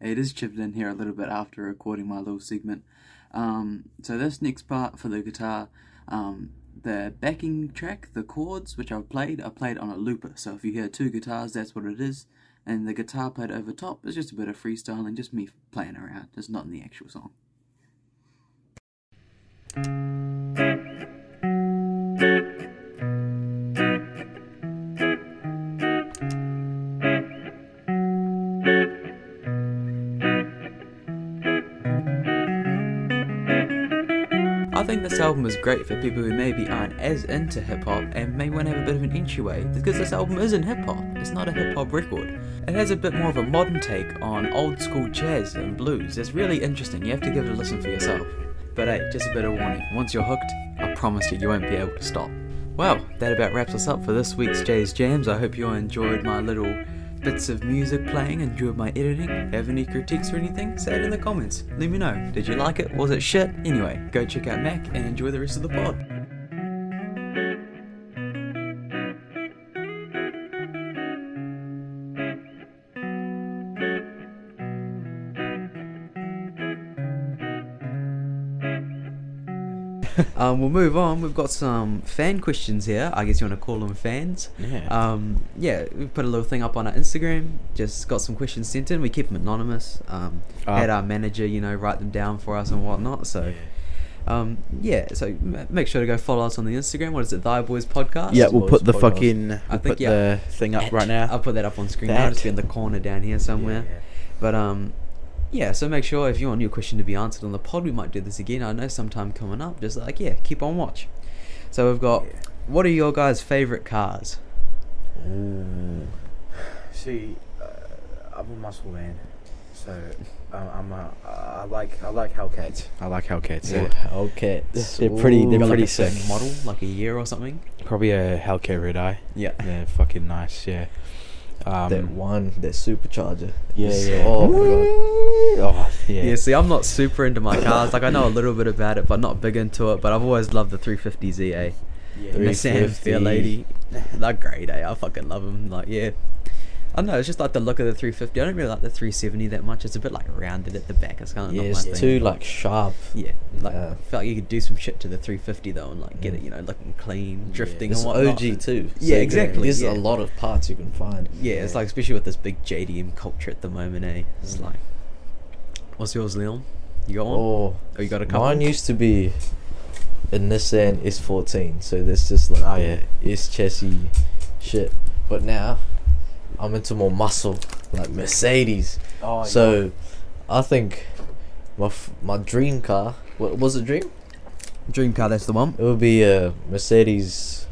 A: It is chipped in here a little bit after recording my little segment. Um, so this next part for the guitar, um, the backing track, the chords which I've played, I played on a looper. So if you hear two guitars, that's what it is. And the guitar played over top is just a bit of freestyling, just me playing around. It's not in the actual song. I think this album is great for people who maybe aren't as into hip hop and may want to have a bit of an entryway because this album isn't hip hop. It's not a hip hop record. It has a bit more of a modern take on old school jazz and blues. It's really interesting. You have to give it a listen for yourself. But hey, just a bit of warning. Once you're hooked, I promise you, you won't be able to stop. Well, that about wraps us up for this week's Jazz Jams. I hope you all enjoyed my little bits of music playing, enjoyed my editing. If you have any critiques or anything, say it in the comments. Let me know. Did you like it? Was it shit? Anyway, go check out Mac and enjoy the rest of the pod. Um, we'll move on. We've got some fan questions here. I guess you want to call them fans.
B: Yeah.
A: Um, yeah, we put a little thing up on our Instagram. Just got some questions sent in. We keep them anonymous. Um,
B: Ah.
A: had our manager, you know, write them down for us and whatnot. So, um, yeah. So m- make sure to go follow us on the Instagram. What is it? Thy Boys Podcast.
B: Yeah, we'll
C: Boys
B: put the
C: podcast.
B: fucking we'll
A: think,
B: put
A: yeah.
B: the thing up right now.
A: I'll put that up on screen. I'll just
B: That.
A: be in the corner down here somewhere. But um, yeah. So make sure if you want your question to be answered on the pod, we might do this again. I know sometime coming up. Just like yeah, keep on watch. So we've got what are your guys' favorite cars?
D: See, uh, I'm a muscle man. So um, I'm a, I like I like Hellcats. I like Hellcats.
C: Ooh,
D: Yeah.
C: Hellcats.
B: They're pretty-
C: Ooh.
B: they're
A: got
B: pretty
A: like a certain
B: sick.
A: model, like a year or something.
B: Probably a Hellcat Red Eye.
A: Yeah.
B: They're fucking nice. Yeah. Um,
C: that one, that supercharger.
B: Yeah,
C: It's-
B: yeah.
C: Oh my
B: oh, yeah.
A: yeah. See, I'm not super into my cars. Like I know a little bit about it, but not big into it. But I've always loved the 350ZA.
C: Three-
A: The Sam
C: 350.
A: Fair lady. (laughs) They're great, eh? I fucking love them. Like, yeah. I don't know, it's just like the look of the 350. I don't really like the 370 that much. It's a bit like rounded at the back. It's kind
C: god.
A: of
C: Yeah,
A: not my
C: it's
A: thing.
C: too like sharp.
A: Yeah, like
C: Yeah.
A: I felt like you could do some shit to the 350 though, and like get it,
C: Mm.
A: you know, looking clean, drifting
C: It's
A: and whatnot.
C: OG too.
A: Yeah,
C: you can-
A: exactly,
C: There's
A: yeah.
C: a lot of parts you can find.
A: Yeah, it's like especially with this big JDM culture at the moment, eh? It's like, what's yours, Leon? You got one?
C: Mm. Oh,
A: Oh, you got a couple?
C: mine used to be a Nissan S14, so that's just like
A: Ah,
B: Oh,
C: the S chassis shit. But now I'm into more muscle, like Mercedes.
D: Oh,
C: so I think my f- my dream car. What was it? Dream?
A: Dream car, that's the one.
C: It would be a Mercedes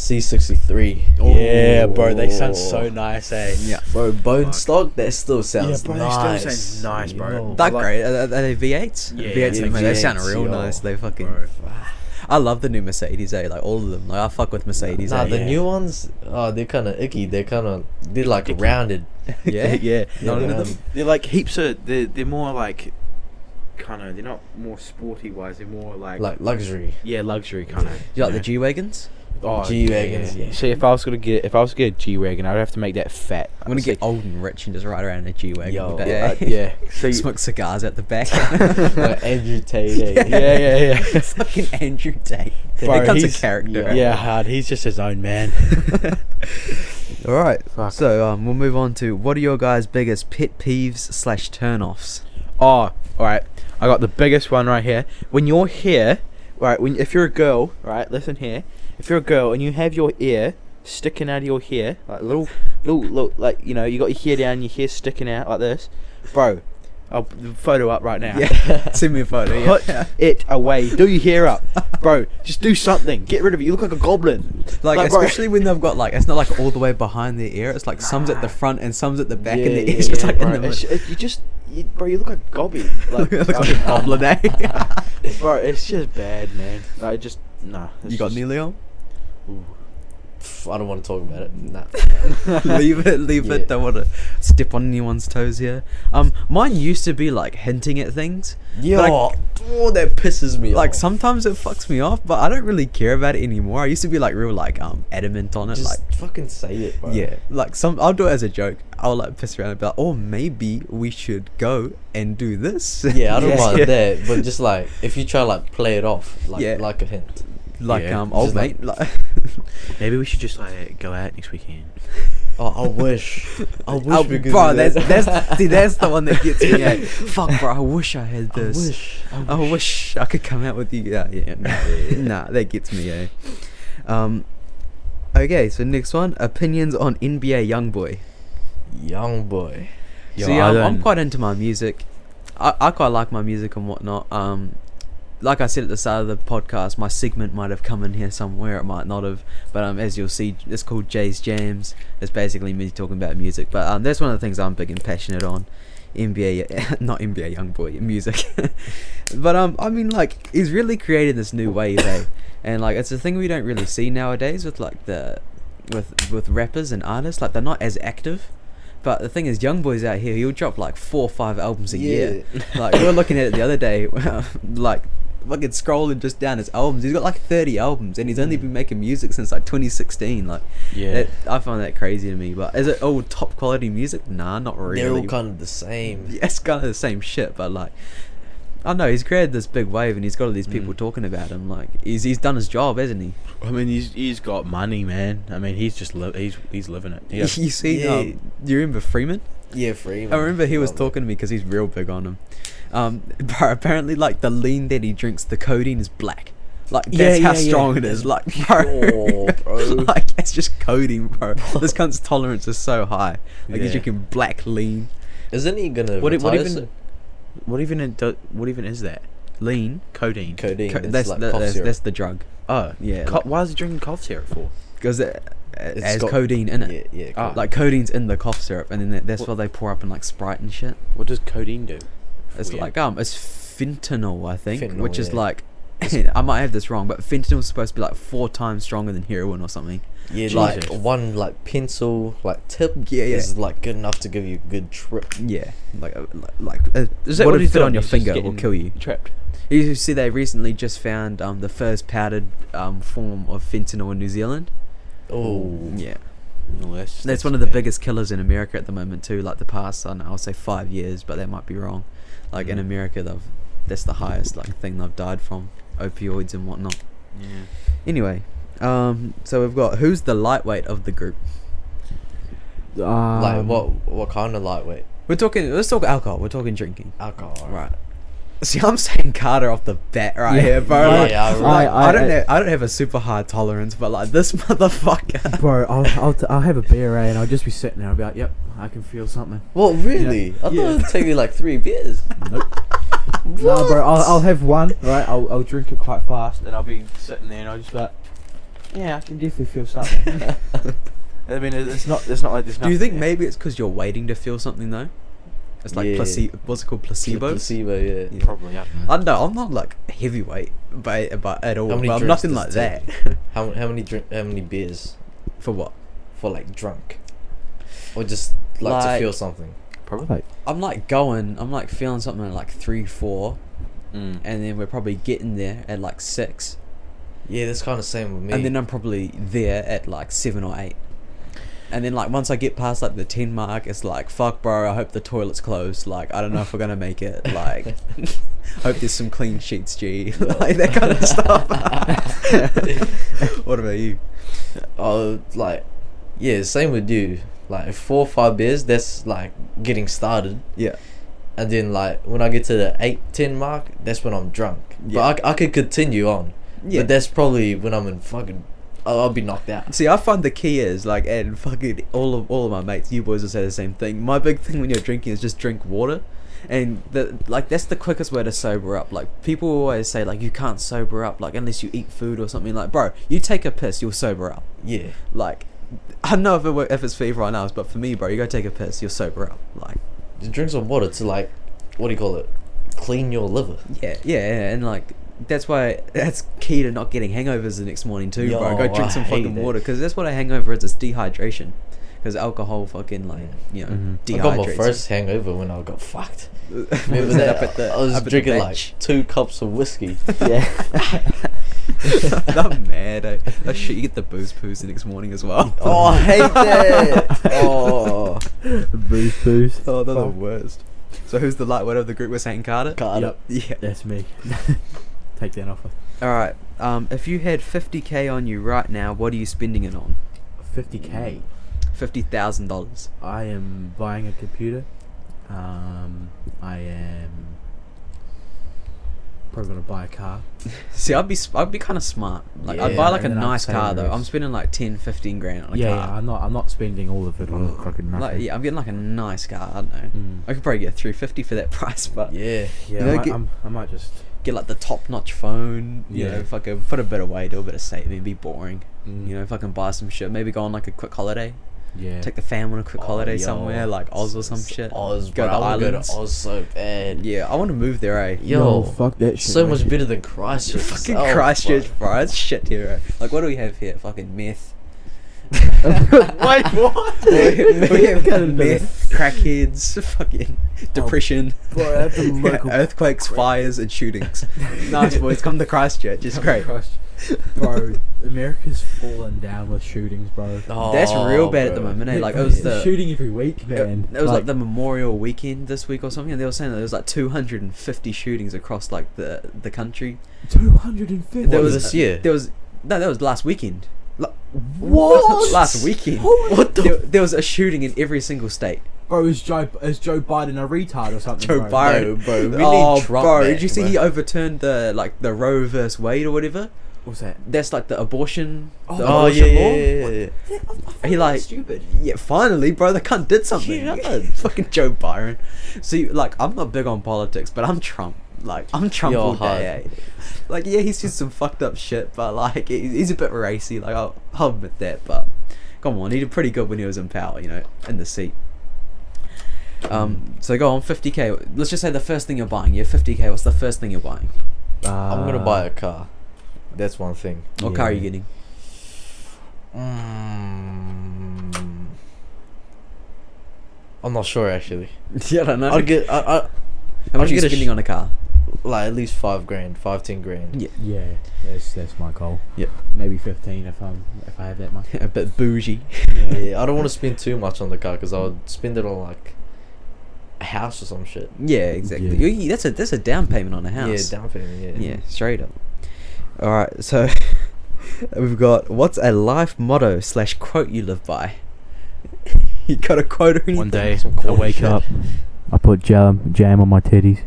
C: C63.
B: Yeah, Oh. bro, they sound so nice, eh?
A: Yeah.
C: Bro, bone
B: Fuck.
C: stock that still sounds
B: bro, they still
C: nice.
B: sound nice,
C: you
B: bro.
C: know.
A: That
B: like-
A: great. Are, are they V8s?
B: Yeah,
A: V8s,
C: yeah,
A: man, they sound
C: V8s,
A: real
C: yo.
A: nice. They fucking.
B: Bro.
A: I love the new Mercedes, eh? Like all of them. Like I fuck with Mercedes.
C: Nah,
A: eh?
C: the
B: yeah.
C: new ones, oh, they're kind of icky. They're kind of, they're like
B: Icky.
C: rounded.
A: yeah,
B: yeah.
C: Not
B: They're,
C: into
B: um,
C: them.
B: they're like heaps of. They're, they're more like, kind of. They're not more sporty wise. They're more like.
C: like luxury.
B: yeah, luxury kind of.
A: You like the G wagons?
B: Oh,
C: G wagons? Yeah.
B: See, if I was gonna get, if I was to get a G wagon, I'd have to make that fat.
A: I'm gonna get old and rich and just ride around in a G wagon.
C: Yo,
A: all day. (laughs)
B: yeah, yeah. So you-
A: Smoke cigars at the back.
B: (laughs)
C: like Andrew Tate. eh?
A: (laughs)
B: yeah, yeah, yeah.
A: Fucking Andrew Tate.
B: Bro,
A: Here comes a
B: he's-
A: character.
C: yeah.
B: Yeah, hard. He's just his own man.
A: All right.
B: Fuck.
A: So um, we'll move on to what are your guys' biggest pet peeves slash
B: (laughs)
A: turnoffs?
B: Oh, all right. I got the biggest one right here. When you're here, right? When if you're a girl, right? Listen here. If you're a girl and you have your ear sticking out of your hair, like little, little, little like you know, you got your hair down, your hair sticking out like this, bro. I'll put the photo up right now.
A: Send me a photo. yeah.
B: Put it away. Do your hair up, bro. Just do something. Get rid of it. You look like a goblin.
A: Like,
B: Like, bro.
A: especially when they've got like it's not like all the way behind their ear. It's like some's at the front and some's at the back, and
B: Yeah,
A: the
B: yeah,
A: ears (laughs) just
B: yeah,
A: like in
B: bro.
A: the
B: It's-
A: middle.
B: it- you just, you, bro. You look like a gobby. (laughs) Like,
A: Looks like a goblin. eh?
B: (laughs) bro. It's just bad, man. I just nah. it's
A: You got
B: just-
A: any
C: (laughs)
A: Leon?
C: Pff, I don't want to talk about it. Nah.
A: leave it, leave
C: Yeah.
A: it. Don't want to step on anyone's toes here. Um, mine used to be like hinting at things.
C: Yo, oh, that pisses me
A: Like
C: off.
A: sometimes it fucks me off, but I don't really care about it anymore. I used to be like real like um adamant on it,
C: Just
A: like.
C: fucking say it, bro.
A: Yeah, like some, I'll do it as a joke. I'll like piss around and be like, "Oh, maybe we should go and do this."
C: Yeah, I
A: (laughs)
C: don't
B: Yeah.
C: mind
B: Yeah.
C: that, but just like if you try like play it off, like
A: Yeah.
C: like a hint.
A: like
B: Yeah.
A: um, old
C: Just like-
A: mate, like,
B: Maybe we should just like go out next weekend.
C: Oh, I (laughs) wish. I wish
A: oh,
C: we could.
A: bro,
C: do
A: that's
C: that.
A: that's see, that's the one that gets me. eh? Fuck, bro, I wish I had
C: (laughs) I
A: this.
C: wish. I wish.
A: I wish I could come out with you. Yeah, yeah, nah,
C: (laughs)
A: nah, that gets me. Eh? Um, okay, so next one: opinions on NBA YoungBoy.
C: Young boy.
B: Yo,
A: See,
B: I
A: um, I'm
B: don't-
A: quite into my music. I, I quite like my music and whatnot. Um, like I said at the start of the podcast, my segment might have come in here somewhere. It might not have, but um, as you'll see, it's called Jay's Jams. It's basically me talking about music. But um, that's one of the things I'm big and passionate on. NBA, (laughs) not NBA young boy music, (laughs) but um, I mean, like he's really created this new wave, eh? and like it's a thing we don't really see nowadays with like the with with rappers and artists. Like they're not as active. But the thing is, young boys out here, he'll drop like four or five albums a
C: (laughs)
A: year. Like we were looking at it the other day, (laughs) like fucking scrolling just down his albums. He's got like thirty albums, and he's only
C: Mm.
A: been making music since like 2016. Like,
B: Yeah.
A: that, I find that crazy to me. But is it all top quality music? Nah, not really.
C: They're all kind of
A: (laughs)
C: the same.
A: Yeah, it's kind of the same shit, but like, I don't know he's created this big wave, and he's got all these people
B: Mm.
A: talking about him. Like, he's he's done his job, hasn't he?
B: I mean, he's he's got money, man. I mean, he's just li- he's he's living it. Yeah.
A: (laughs)
B: (laughs)
A: you see,
C: Yeah.
A: um, you remember Freeman?
C: Yeah, Freeman.
A: I remember he was
C: Love it.
A: talking to me because he's real big on him. Um, (laughs) bro, apparently, like the lean that he drinks, the codeine is black. Like
B: Yeah,
A: that's how
B: yeah, yeah.
A: strong it is.
C: (laughs)
A: Like, bro, (laughs)
C: pure, Oh, bro.
A: like it's just codeine,
C: (laughs)
A: bro. This cunt's tolerance is so high. Like he's
B: Yeah.
A: drinking black lean,
C: Isn't he gonna what,
B: What, i- what
C: retire?
B: even
C: soon?
B: what even it do, what even is that?
A: lean.
B: Codeine.
C: codeine?
A: Co-
C: it's
A: that's
C: like
A: the,
C: cough
A: that's,
C: syrup.
A: that's the drug.
B: oh
A: Yeah,
B: Co- why is he drinking cough syrup for?
A: because a-
C: It's
A: as
C: got-
A: codeine in it.
C: Yeah, yeah.
B: Ah,
C: cool.
A: Like codeine's in the cough syrup, and then that, that's
B: What-
A: what they pour up in like Sprite and shit.
B: What does codeine do?
A: It's
B: for you?
A: like um, it's fentanyl, I think,
C: Fentanyl,
A: which is
C: yeah.
A: like, (laughs) I might have this wrong, but fentanyl's supposed to be like four times stronger than heroin or something.
C: yeah, like
B: Jesus.
C: one like pencil like tip
A: Yeah, yeah.
C: is like good enough to give you a good trip.
A: Yeah, like uh, li- like uh,
B: Is that
A: what you
B: what he's
A: put
B: done?
A: on your
B: He's just
A: finger will
B: getting
A: kill
B: (laughs)
A: you.
B: Trapped.
A: You see, they recently just found um the first powdered um form of fentanyl in New Zealand.
C: Oh,
A: Yeah,
B: Well, that's,
A: that's
B: that's
A: one of the
B: bad.
A: biggest killers in America at the moment too. Like the past, I don't know, I'll say five years, but that might be wrong. Like in
B: Mm.
A: America, they've that's the highest like thing they've died from opioids and whatnot.
B: Yeah.
A: Anyway, um, so we've got who's the lightweight of the group.
D: Um,
C: like what? What kind of lightweight
A: We're talking. Let's talk alcohol. We're talking drinking.
C: alcohol?
A: Right. (laughs) See, I'm saying Carter off the bat right
D: Yeah.
A: here, bro.
C: Yeah,
A: like,
C: yeah, I
A: like,
D: really-
A: I, don't
D: I- I-
A: have, I don't have a super high tolerance, but like this (laughs)
B: (laughs)
A: motherfucker.
D: (laughs) Bro, I'll, I'll, t- I'll have a beer, eh, and I'll just be sitting there. I'll be like, yep, I can feel something.
C: Well, really? I
D: Yeah.
C: thought it'd take me like three beers.
D: Nope. nah, bro, I'll, I'll have one, right? I'll, I'll drink it quite fast, and I'll be sitting there, and I'll just be like, yeah, I can definitely feel something. I mean, it- it's not, it's not like there's
A: Do you
D: nothing
A: think
D: there.
A: maybe it's because you're waiting to feel something though? It's like
C: Yeah.
A: placebo. What's it called? Placebo.
C: Placebo, yeah.
A: Yeah.
B: Probably. I don't know.
A: I don't know. I'm not like heavyweight, but but at all.
C: How many
A: But I'm
C: drinks
A: nothing
C: does
A: like
C: it
A: that.
C: How how many drink? How many beers
A: For what?
C: for like drunk, or just like,
A: Like-
C: to feel something?
B: Probably.
D: Like,
A: I'm like going. I'm like feeling something at like three, four,
B: Mm.
A: and then we're probably getting there at like six,
C: Yeah, that's kind of same with me.
A: and then I'm probably there at like seven or eight. And then like once I get past like the ten mark, it's like fuck, bro. I hope the toilet's closed. Like I don't know if we're gonna make it.
C: (laughs)
A: Like hope there's some clean sheets, G. (laughs) like that kind of
C: (laughs)
A: stuff. (laughs) what about you? uh,
C: oh, like, yeah, same with you. Like four or five beers, that's like getting started,
A: Yeah.
C: and then like when I get to the eight ten mark, that's when I'm drunk.
A: Yeah.
C: But I, c- I could continue on.
A: Yeah.
C: But that's probably when I'm in fucking. I'll, I'll be knocked out.
A: See, I find the key is like, and fucking all of all of my mates, you boys will say the same thing. My big thing when you're drinking is just drink water, and the like that's the quickest way to sober up. Like people always say, like you can't sober up like unless you eat food or something. Like, bro, you take a piss, you'll sober up.
C: Yeah.
A: Like, I don't know if it, wo- if it's for everyone else, but for me, bro, you go take a piss, you'll sober up. Like,
C: Just drink some water to like, what do you call it? Clean your liver.
A: yeah, yeah, yeah, and like. That's why that's key to not getting hangovers the next morning too, bro. Go
C: Yo,
A: drink
C: I
A: some
C: hate
A: fucking
C: that.
A: water because that's what a hangover is. It's dehydration, because alcohol fucking like you know
B: Mhm.
A: dehydrates.
C: Mm-hmm. I got my
A: you.
C: first hangover when I got fucked. Remember
A: (laughs) Was it
C: that?
A: up at the-
C: I was
A: up at the
C: drinking
A: beach?
C: like two cups
A: (laughs)
C: of whiskey. (laughs)
A: I'm mad. eh? That shit, you get the booze poos the next morning as well.
C: Oh, I
A: (laughs)
C: hate that. Oh,
D: boost, boost.
A: oh they're the
D: Fuck.
A: worst. So who's the lightweight of the group? We're saying Carter.
C: God.
D: Yep.
A: yeah.
D: That's me. (laughs) Take that offer.
A: All right. Um, if you had 50k on you right now, what are you spending it on?
D: 50k.
A: Fifty thousand dollars.
D: I am buying a computer. Um, I am probably gonna buy a car.
A: See, I'd be s- I'd be kind of smart. Like I'd
C: Yeah,
A: buy like a
D: and then I'd
A: nice
D: save
A: car
D: the
A: though. I'm
D: rest.
A: spending like 10, 15 grand on a
D: yeah, yeah,
A: car.
D: I'm not. I'm not spending all of it on fucking nothing.
A: like yeah, I'm getting like a nice car. I don't know.
D: Mm.
A: I could probably get three fifty for that (laughs) price, but
C: yeah.
D: Yeah,
A: You know,
D: I, might,
A: get-
D: I'm- I might just.
A: get like the top notch phone, you
D: Yeah.
A: know, fucking put a bit away, do a bit of saving, be boring.
D: Mm.
A: You know, fucking buy some shit, maybe go on like a quick holiday.
D: Yeah.
A: Take the fam on a quick
C: Oh,
A: holiday
C: yo.
A: somewhere, like Oz or some shit.
C: Oz,
A: go
C: bro.
A: to
C: I would go to
A: islands.
C: Oz so bad.
A: Yeah, I want to move there, eh?
C: Yo,
D: fuck that shit.
C: so
D: man. (laughs)
C: much better than Christchurch.
A: fucking
C: Oh,
A: Christchurch,
C: fuck.
A: bro. It's shit here. eh? Like, what do we have here? Fucking meth.
D: Wait, what?
A: we we have
D: Kinda
A: meth, crackheads, fucking depression,
D: bro, that's (laughs) a
A: (laughs)
D: local
A: earthquakes, fires, and shootings. nice boys, come to Christchurch. (laughs) It's
D: Oh my
A: great.
D: gosh. bro. America's fallen down with shootings, bro.
C: Oh,
A: That's real bad at the
C: bro.
A: moment, eh?
D: Mate,
A: Like, it
D: bro,
A: was
D: there's
A: the
D: shooting every week,
A: It-
D: man.
A: It was like, the Memorial Weekend this week or something, and they were saying that there was like 250 shootings across like the the country.
D: 250.
A: There
C: What,
A: was
C: this year?
A: There was no, that was last weekend. La-
D: What?
A: last weekend?
D: Holy-
A: (laughs) What the? There, there was a shooting in every single state.
D: Bro, is Joe is Joe Biden a retard or something?
A: Joe
D: bro?
A: Biden.
C: No, bro. We
A: oh,
C: need Trump
A: bro!
C: back,
A: did you see
C: bro.
A: he overturned the like the Roe versus Wade or whatever?
D: What's that?
A: That's like the abortion. the
C: Oh yeah,
A: abortion
C: yeah,
A: law.
C: yeah, yeah, yeah.
A: He like
D: stupid.
A: Yeah, finally, bro, the cunt did something.
C: Yeah.
A: (laughs) Fucking Joe Byron. See, like, I'm not big on politics, but I'm Trump. Like, I'm Trump
C: You're
A: all
C: hard.
A: day. eh? Like, yeah, he's just some fucked up shit, but like, he- he's a bit racy. Like, I'll, I'll admit that. But Come on, he did pretty good when he was in power, you know, in the seat. Um, so go on, 50k. Let's just say the first thing you're buying. You're 50k. What's the first thing you're buying?
C: I'm
D: Uh,
C: gonna buy a car. That's one thing.
A: What car are you
B: Yeah.
A: getting?
C: Mm. I'm not sure actually.
A: yeah, I don't know.
C: I'd get I, I
A: How much are
C: I'd
A: you
C: get a sh-
A: spending on a car?
C: like at least five grand, five ten grand.
A: Yeah.
D: Yeah, that's that's my goal.
A: Yep.
D: Maybe fifteen if I'm if I have that
C: (laughs)
D: much.
A: a bit bougie.
C: Yeah, I don't want to spend too much on the car because I would spend it on like a house or some shit.
A: Yeah, exactly.
D: Yeah.
A: You- That's a that's a down payment on a house.
C: Yeah, down payment. Yeah.
A: Yeah, straight up. All right, so (laughs) we've got what's a life motto slash quote you live by? (laughs) you got a quote or anything?
B: One
A: (laughs)
B: day
C: Some
B: I
C: corny
B: wake
C: shit.
B: up.
D: I put jam jam on my titties.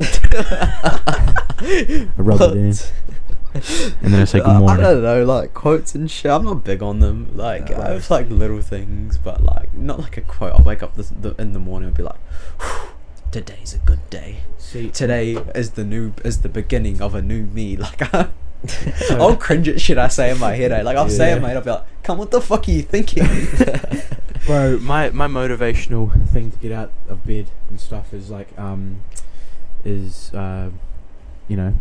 D: I rub it in.
B: And then
D: (laughs)
B: I say good
A: Uh,
B: morning.
A: I don't know, like quotes and shit. I'm not big on them. Like
C: Yeah,
A: I have
C: right.
A: like little things, but like not like a quote. I'll wake up this, the, in the morning and be like, "Whew, "Today's a good day.
D: See,
A: Today is the new is the beginning of a new me." (laughs) Like I, I'll cringe at shit I say in my head. Eh? Like I'll say it in my head. I'll be like, "Come, what the fuck are you thinking?"
D: bro, my my motivational thing to get out of bed and stuff is like um, is uh, you know,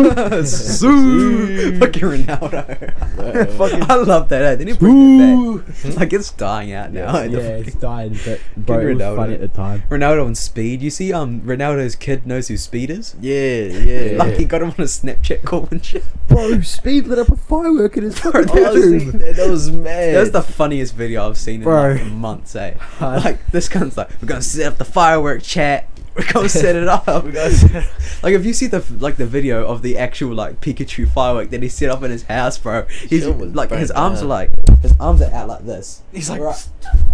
A: (laughs) Zoo. fucking
D: uh,
A: Ronaldo.
C: Fucking-
A: I love that. Eh? They need to bring that back. Like it's dying out (laughs) now.
D: yeah, it's dying, (laughs) but bro, it
A: rid
D: was
A: of
D: funny
A: it.
D: at the time.
A: Ronaldo on speed. You see, um, Ronaldo's kid knows who Speed is.
C: Yeah, yeah.
A: Like he got him on a Snapchat call and shit.
D: Bro, speed lit up a firework in his
A: fucking
C: I was
A: bedroom.
C: thinking that, (laughs) that was mad.
A: That was
C: (laughs)
A: the funniest video I've seen in
D: Bro.
A: like months, eh? Like this cunt's like, we're gonna set up the firework chat. We're gonna set it up.
C: We got to-
A: like if you see the like the video of the actual like Pikachu firework that he set up in his house, bro. He's
C: Shit was
A: like his
C: burnt
A: arms are
C: down.
A: like his arms are out like this.
C: He's like,
A: Right.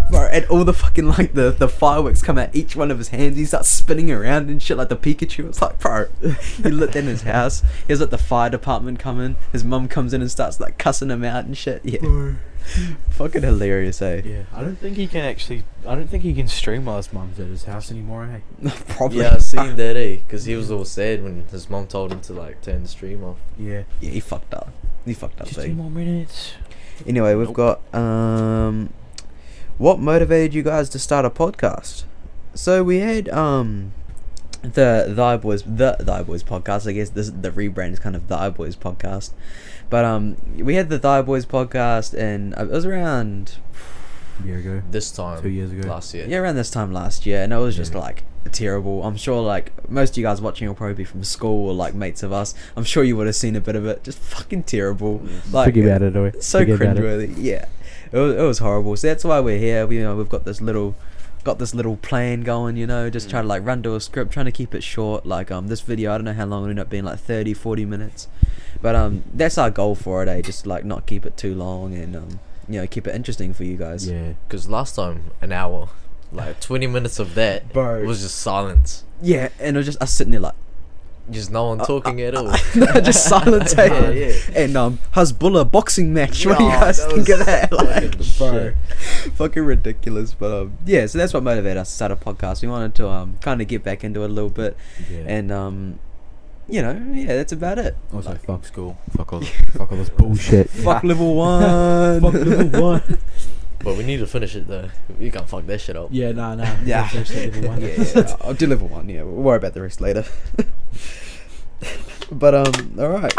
A: bro, and all the fucking like the the fireworks come out each one of his hands. He starts spinning around and shit like the Pikachu. It's like, bro, (laughs) he lit in his house. He has like the fire department come in. His mum comes in and starts like cussing him out and shit. Yeah, fucking hilarious, eh? (laughs)
D: yeah, I don't think he can actually. I don't think he can stream while his mum's at his house anymore. eh? Hey,
A: Probably.
C: (laughs) yeah, I seen that, eh? Because he was all sad when his mom told him to like turn the stream off.
D: yeah,
A: (laughs) Yeah, he fucked up. He fucked up.
B: Just
A: big.
B: two more minutes.
A: Anyway, we've got um, what motivated you guys to start a podcast? So we had um, the Thy Boys, the Thy Boys podcast. I guess this the rebrand is kind of Thy Boys podcast, but um, we had the Thy Boys podcast, and it was around
D: a year ago.
C: This time,
D: Two years ago.
C: last year.
A: yeah around this time last year, and it was just
D: Yeah.
A: like terrible. I'm sure like most of you guys watching will probably be from school or like mates of us. I'm sure you would have seen a bit of it. Just fucking terrible.
B: Mm-hmm.
A: Like
D: Forget about it. Away.
A: so cringeworthy. Yeah, it was, it was horrible. So that's why we're here. We you know we've got this little, got this little plan going. You know, just trying to like run to a script, trying to keep it short. Like um, this video, I don't know how long it'll end up being, like 30, 40 minutes. But um, that's our goal for it. Eh? Just like not keep it too long and um, you know, keep it interesting for you guys.
D: Yeah,
C: Because last time, an hour, like 20 minutes of that
D: Bro.
C: was just silence.
A: Yeah, and it was just us sitting there like
C: Just no one talking
A: uh,
C: at (laughs) all.
A: (laughs) just silent. eh?
C: Oh. Yeah, yeah.
A: And um, Hezbollah boxing match. What do you
C: Yeah,
A: guys
C: that
A: think
C: was
A: of that? Like,
C: fucking shit.
D: Bro.
A: fucking ridiculous. But um, yeah, so that's what motivated us to start a podcast. We wanted to um kind of get back into it a little bit,
D: yeah.
A: and um, you know, yeah, that's about it.
D: also,
A: like-
D: fuck school. Fuck (laughs) all. fuck all this bullshit.
A: Fuck
D: (laughs)
A: level one.
D: Fuck (laughs) level one.
C: But we need to finish it though. You can't fuck that shit up.
D: Yeah, nah, nah.
A: (laughs) Yeah.
D: that's actually level (laughs)
A: yeah,
D: one.
A: yeah, yeah, I'll do level one. Yeah, we'll worry about the rest later. (laughs) but um, all right.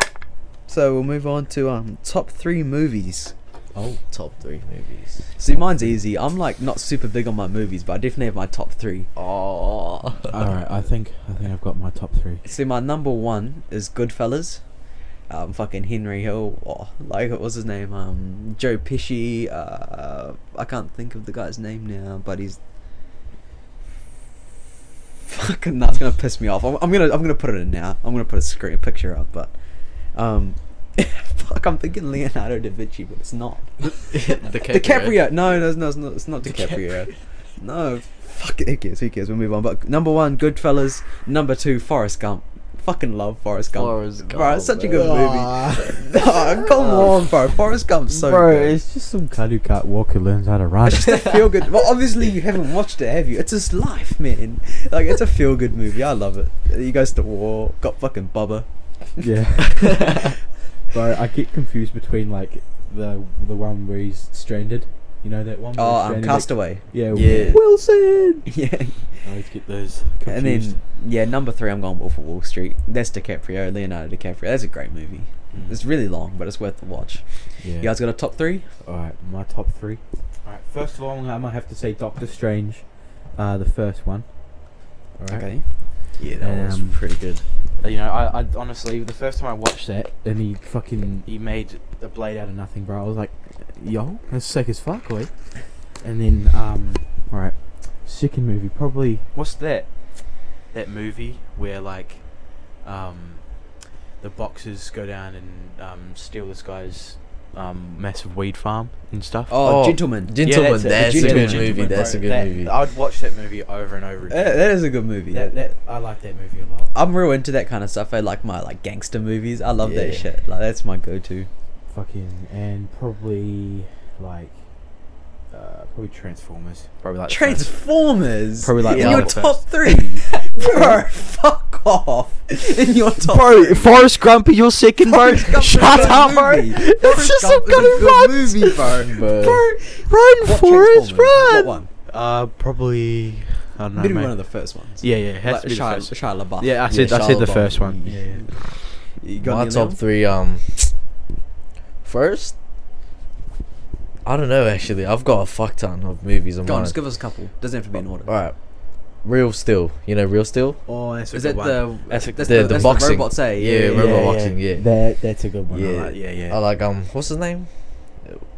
A: So we'll move on to um top three movies.
C: Oh, top three movies.
A: See, mine's easy. I'm like not super big on my movies, but I definitely have my top three.
C: Oh.
D: All right, I think I think I've got my top three.
A: See, my number one is Goodfellas. Um, fucking Henry Hill. Oh, like, what was his name? Um, Joe Pesci. Uh, I can't think of the guy's name now, but he's. Fucking, that's gonna piss me off. I'm, I'm gonna, I'm gonna put it in now. I'm gonna put a screen a picture up, but, um, (laughs) fuck, I'm thinking Leonardo da Vinci, but it's not. DiCaprio. No, no, no, it's not, it's not DiCaprio. no, fuck it. Who cares? Who cares? We'll move on. But number one, Goodfellas. Number two, Forrest Gump. Fucking love Forrest Gump.
C: Forrest
A: Bro, it's
C: Gump,
A: such a
C: bro.
A: good (laughs) movie. oh,
D: (laughs)
A: come on, bro. Forrest Gump's so
D: Ah. bro,
A: good.
D: it's just some cuddly cat walker learns how to (laughs) ride.
A: It's just a feel good. Well, obviously you haven't watched it, have you? It's his life, man. Like it's a feel good movie. I love it. He goes to war. Got fucking Bubba.
D: (laughs) yeah. bro, I get confused between like the the one where he's stranded. You know that one. where
A: Oh,
D: he's
A: um,
D: stranded, like-
A: Castaway. (laughs)
D: yeah,
C: Yeah.
D: Wilson.
A: yeah.
B: I always get those
A: And then, yeah, number three, I'm going Wolf of Wall Street. That's DiCaprio, Leonardo DiCaprio. That's a great movie.
D: Mm.
A: It's really long, but it's worth the watch.
B: yeah.
A: You guys got a top three?
B: All right, my top three.
D: All right. First of all, I'm gonna have to say Doctor Strange, uh, the first one. All right.
A: Okay.
C: Yeah, that one's
D: Um,
C: pretty good.
D: Uh, You know, I, I honestly the first time I watched that and he fucking he made a blade out of nothing, bro. I was like, yo, that's sick as fuck, wait. And then um, all right, second movie probably
B: What's that? That movie where like, um, the boxers go down and um, steal this guy's um, massive weed farm and stuff.
A: Oh,
C: Oh,
A: Gentleman.
C: Gentleman,
B: it,
C: that's,
A: The
C: a good
A: Gentleman.
C: movie. That's a good
B: That-
C: movie.
B: I'd watch that movie over and over
A: That-
B: again.
A: that is a good movie.
D: that, that I like that movie a lot.
A: I'm real into that kind of stuff. I like my like gangster movies. I love that
C: Yeah.
A: shit. Like that's my go-to.
D: Fucking and probably like uh, probably Transformers.
B: Probably like the first-
A: Transformers.
B: Probably like
A: in
B: the
A: your
B: other
A: top three, bro. Fuck off. In your top.
B: Bro,
A: three.
B: Forrest Gump is your second, bro.
A: Forrest Gump's a
B: Shut
A: good
B: up, bro.
A: movie.
B: It's
A: Forrest
B: just some
A: Gump is
B: good
A: good
B: run.
A: movie, bro.
C: But
B: Run,
A: What
B: Forrest,
A: Transformers? What
B: run.
A: one?
B: Uh, probably. I don't know.
A: Maybe
B: mate.
A: one of the first ones.
B: yeah, yeah, it has
A: Like
B: to be the
A: Shia,
B: first.
A: Shia LaBeouf.
B: Yeah, I said, I said the first one.
C: Yeah.
A: You got
C: My
A: any
C: top
A: other
C: three. Um, first, I don't know. Actually, I've got a fuck ton of movies on
A: Go on,
C: mine.
A: just give us a couple. Doesn't have to be in order.
C: All right, Real Steel. You know Real Steel?
B: Oh, that's
A: Is that the
B: That's a-
A: that's
C: the- the
A: that's
C: boxing.
A: robot say?
C: Yeah,
A: Yeah, yeah,
C: robot
A: yeah.
C: box. boxing, yeah.
D: That that's a good one. I
C: Yeah.
D: like.
B: yeah,
C: I
B: yeah.
C: like um, what's his name?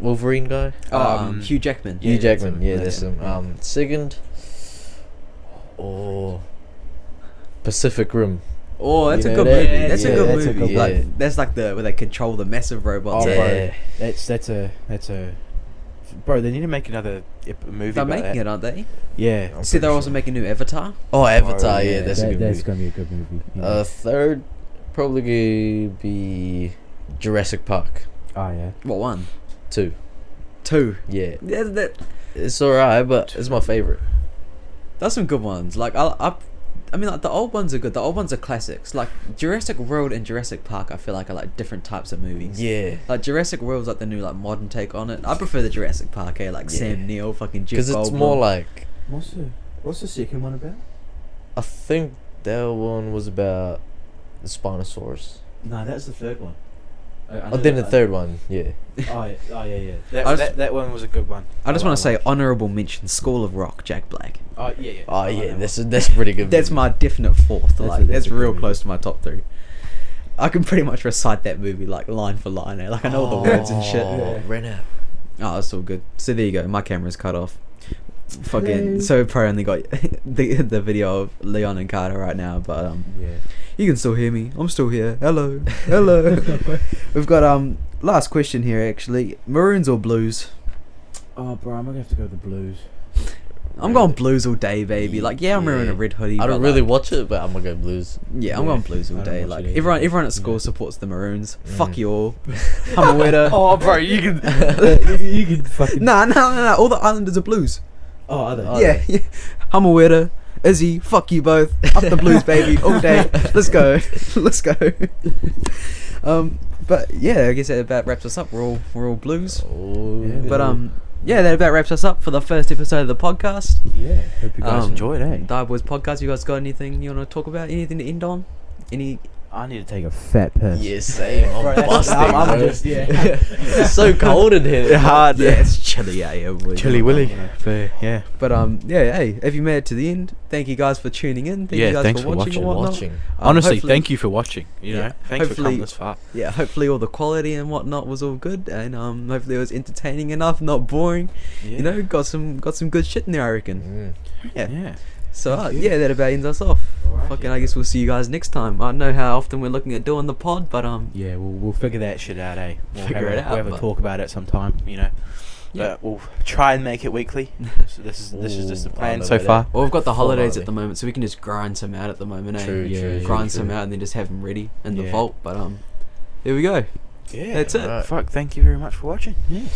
C: Wolverine guy.
A: Um,
B: Um,
A: Hugh Jackman.
C: Hugh Jackman.
B: him,
C: Yeah,
B: that's
C: that's him.
B: him, yeah.
C: Um, second, or Pacific Rim.
A: Oh, that's
C: You
A: a
C: know
A: good
C: that?
A: movie. That's a
D: Yeah,
A: good
D: that's a
A: movie.
D: good
A: like
C: one.
A: that's like the where they control the massive robots.
D: Oh,
A: yeah.
D: bro.
C: yeah,
D: That's that's a that's a
B: Bro, they need to make another ep- movie.
A: They're
B: about
A: making
B: that.
A: it, aren't they?
B: Yeah.
C: I'm
A: See, they're
C: pretty
A: also
C: sure.
A: making a new Avatar.
C: Oh, Avatar. yeah,
B: yeah,
C: that's a
D: that-
C: good
D: that's
C: movie.
D: gonna be a good movie. yeah.
C: Uh,
A: Mm-hmm.
C: third, probably gonna be Jurassic Park
D: oh yeah.
A: What one?
C: two.
A: Two.
C: Yeah,
A: Yeah, that,
C: it's alright, but it's my favorite.
A: that's some good ones. Like I, I, I mean, like the old ones are good. The old ones are classics. Like Jurassic World and Jurassic Park. I feel like are like different types of movies.
C: Yeah,
A: Like Jurassic World's like the new like modern take on it. I prefer the Jurassic Park, eh? Like Sam
C: Yeah.
A: Neill, fucking Jeff
C: because it's more
A: Goldblum.
C: like
D: What's the what's the second one about?
C: I think that one was about the Spinosaurus.
D: No, that's the third one.
C: Oh, then the third one, yeah.
D: Oh, yeah, oh yeah, yeah.
B: That,
A: I just-
B: that, that one was a good one.
A: I just want to
B: like
A: say honorable mention: School of Rock, Jack Black.
D: Oh yeah, yeah.
C: Oh yeah, that's that's pretty good.
A: That's
C: movie.
A: my definite fourth.
D: That's a-
A: like that's,
D: that's a good
A: real
D: movie.
A: close to my top three. I can pretty much recite that movie like line for line. eh? Like I know all the words and shit.
C: Oh,
D: Yeah.
C: Renner.
A: Oh, it's all good. So there you go. My camera's cut off. Fucking.
D: Yay.
A: So it probably only got (laughs) the the video of Leon and Carter right now, but um,
D: Yeah.
A: you can still hear me. I'm still here. Hello,
D: (laughs)
A: hello. We've got um last question here actually. Maroons or blues?
D: Oh, bro, I'm gonna have to go with the blues.
A: I'm going blues all day, baby. Like yeah, I'm wearing a
C: Yeah.
A: red hoodie.
C: I don't
A: but,
C: really
A: like,
C: watch it, but I'm gonna go blues.
A: Yeah, I'm
D: Yeah,
A: going blues all
D: I don't
A: day.
D: watch
A: Like
D: it either.
A: everyone, everyone at school
D: Yeah.
A: supports the Maroons. Fuck
C: Mm.
D: (laughs)
A: you all. I'm a weirdo.
B: Oh, bro, you can.
D: you, you can (laughs) fucking.
A: Nah, nah, nah, nah. All the Islanders are blues.
D: Oh, other.
C: Oh,
A: yeah, yeah. I'm a weirdo. Izzy, fuck you both. Up the blues, (laughs) baby, all day. Let's go. (laughs) Let's go. um, but yeah, I guess that about wraps us up. We're all we're all blues.
C: Oh,
D: Yeah,
A: But um, yeah, that about wraps us up for the first episode of the podcast.
D: Yeah. Hope you guys
A: Um,
D: enjoyed, eh?
A: Die Boys podcast. You guys got anything you want to talk about? Anything to end on? (laughs) Any?
B: I need to take
D: a fat piss.
C: yeah,
A: (laughs)
C: same.
D: Bro,
C: I'm (laughs)
D: that's-
C: busting,
D: I'm- I'm
C: bro.
D: just-
C: (laughs)
D: yeah.
C: it's so cold in here.
B: Yeah,
A: (laughs)
B: hard.
A: Yeah, it's chilly out here. boys.
B: Chilly Willy. But yeah.
A: But um, yeah, hey, if you made it to the end, thank you guys for tuning in. Thank
B: Yeah,
A: you guys
B: thanks for
A: watching. and
C: You're
A: whatnot.
C: watching.
A: Um,
B: Honestly,
A: hopefully-
B: thank you for watching. You
A: Yeah.
B: know, thanks for
A: Hopefully-
B: coming this far.
A: yeah, hopefully all the quality and whatnot was all good, and um, hopefully it was entertaining enough, not boring. You know, got some got some good shit in there, I reckon.
C: Mm.
A: Yeah.
B: yeah.
A: So uh,
D: you.
A: yeah, that about ends us off.
D: Alright,
A: Fucking,
D: yeah.
A: I guess we'll see you guys next time. I don't know how often we're looking at doing the pod, but um,
D: Yeah, we'll we'll figure that shit out, eh? We'll
B: Figure
D: have,
B: it
D: a-
B: out,
D: We'll have
B: but-
D: a talk about it sometime.
B: You know,
A: Yeah.
B: but we'll try and make it (laughs) weekly. So this is this is just the
C: Ooh, I
B: plan eh?
C: love
B: so
C: it.
B: far.
A: well, we've got the
C: Full
A: holidays at
C: holiday.
A: the moment, so we can just grind some out at the moment, eh?
C: True,
D: Yeah,
C: true,
D: yeah,
A: grind
C: true,
A: some
C: true.
A: out and then just have them ready in the
B: Yeah.
A: vault. But um, here we go.
B: Yeah,
A: That's it.
C: Alright.
B: Fuck, thank you very much for watching.
D: Yeah.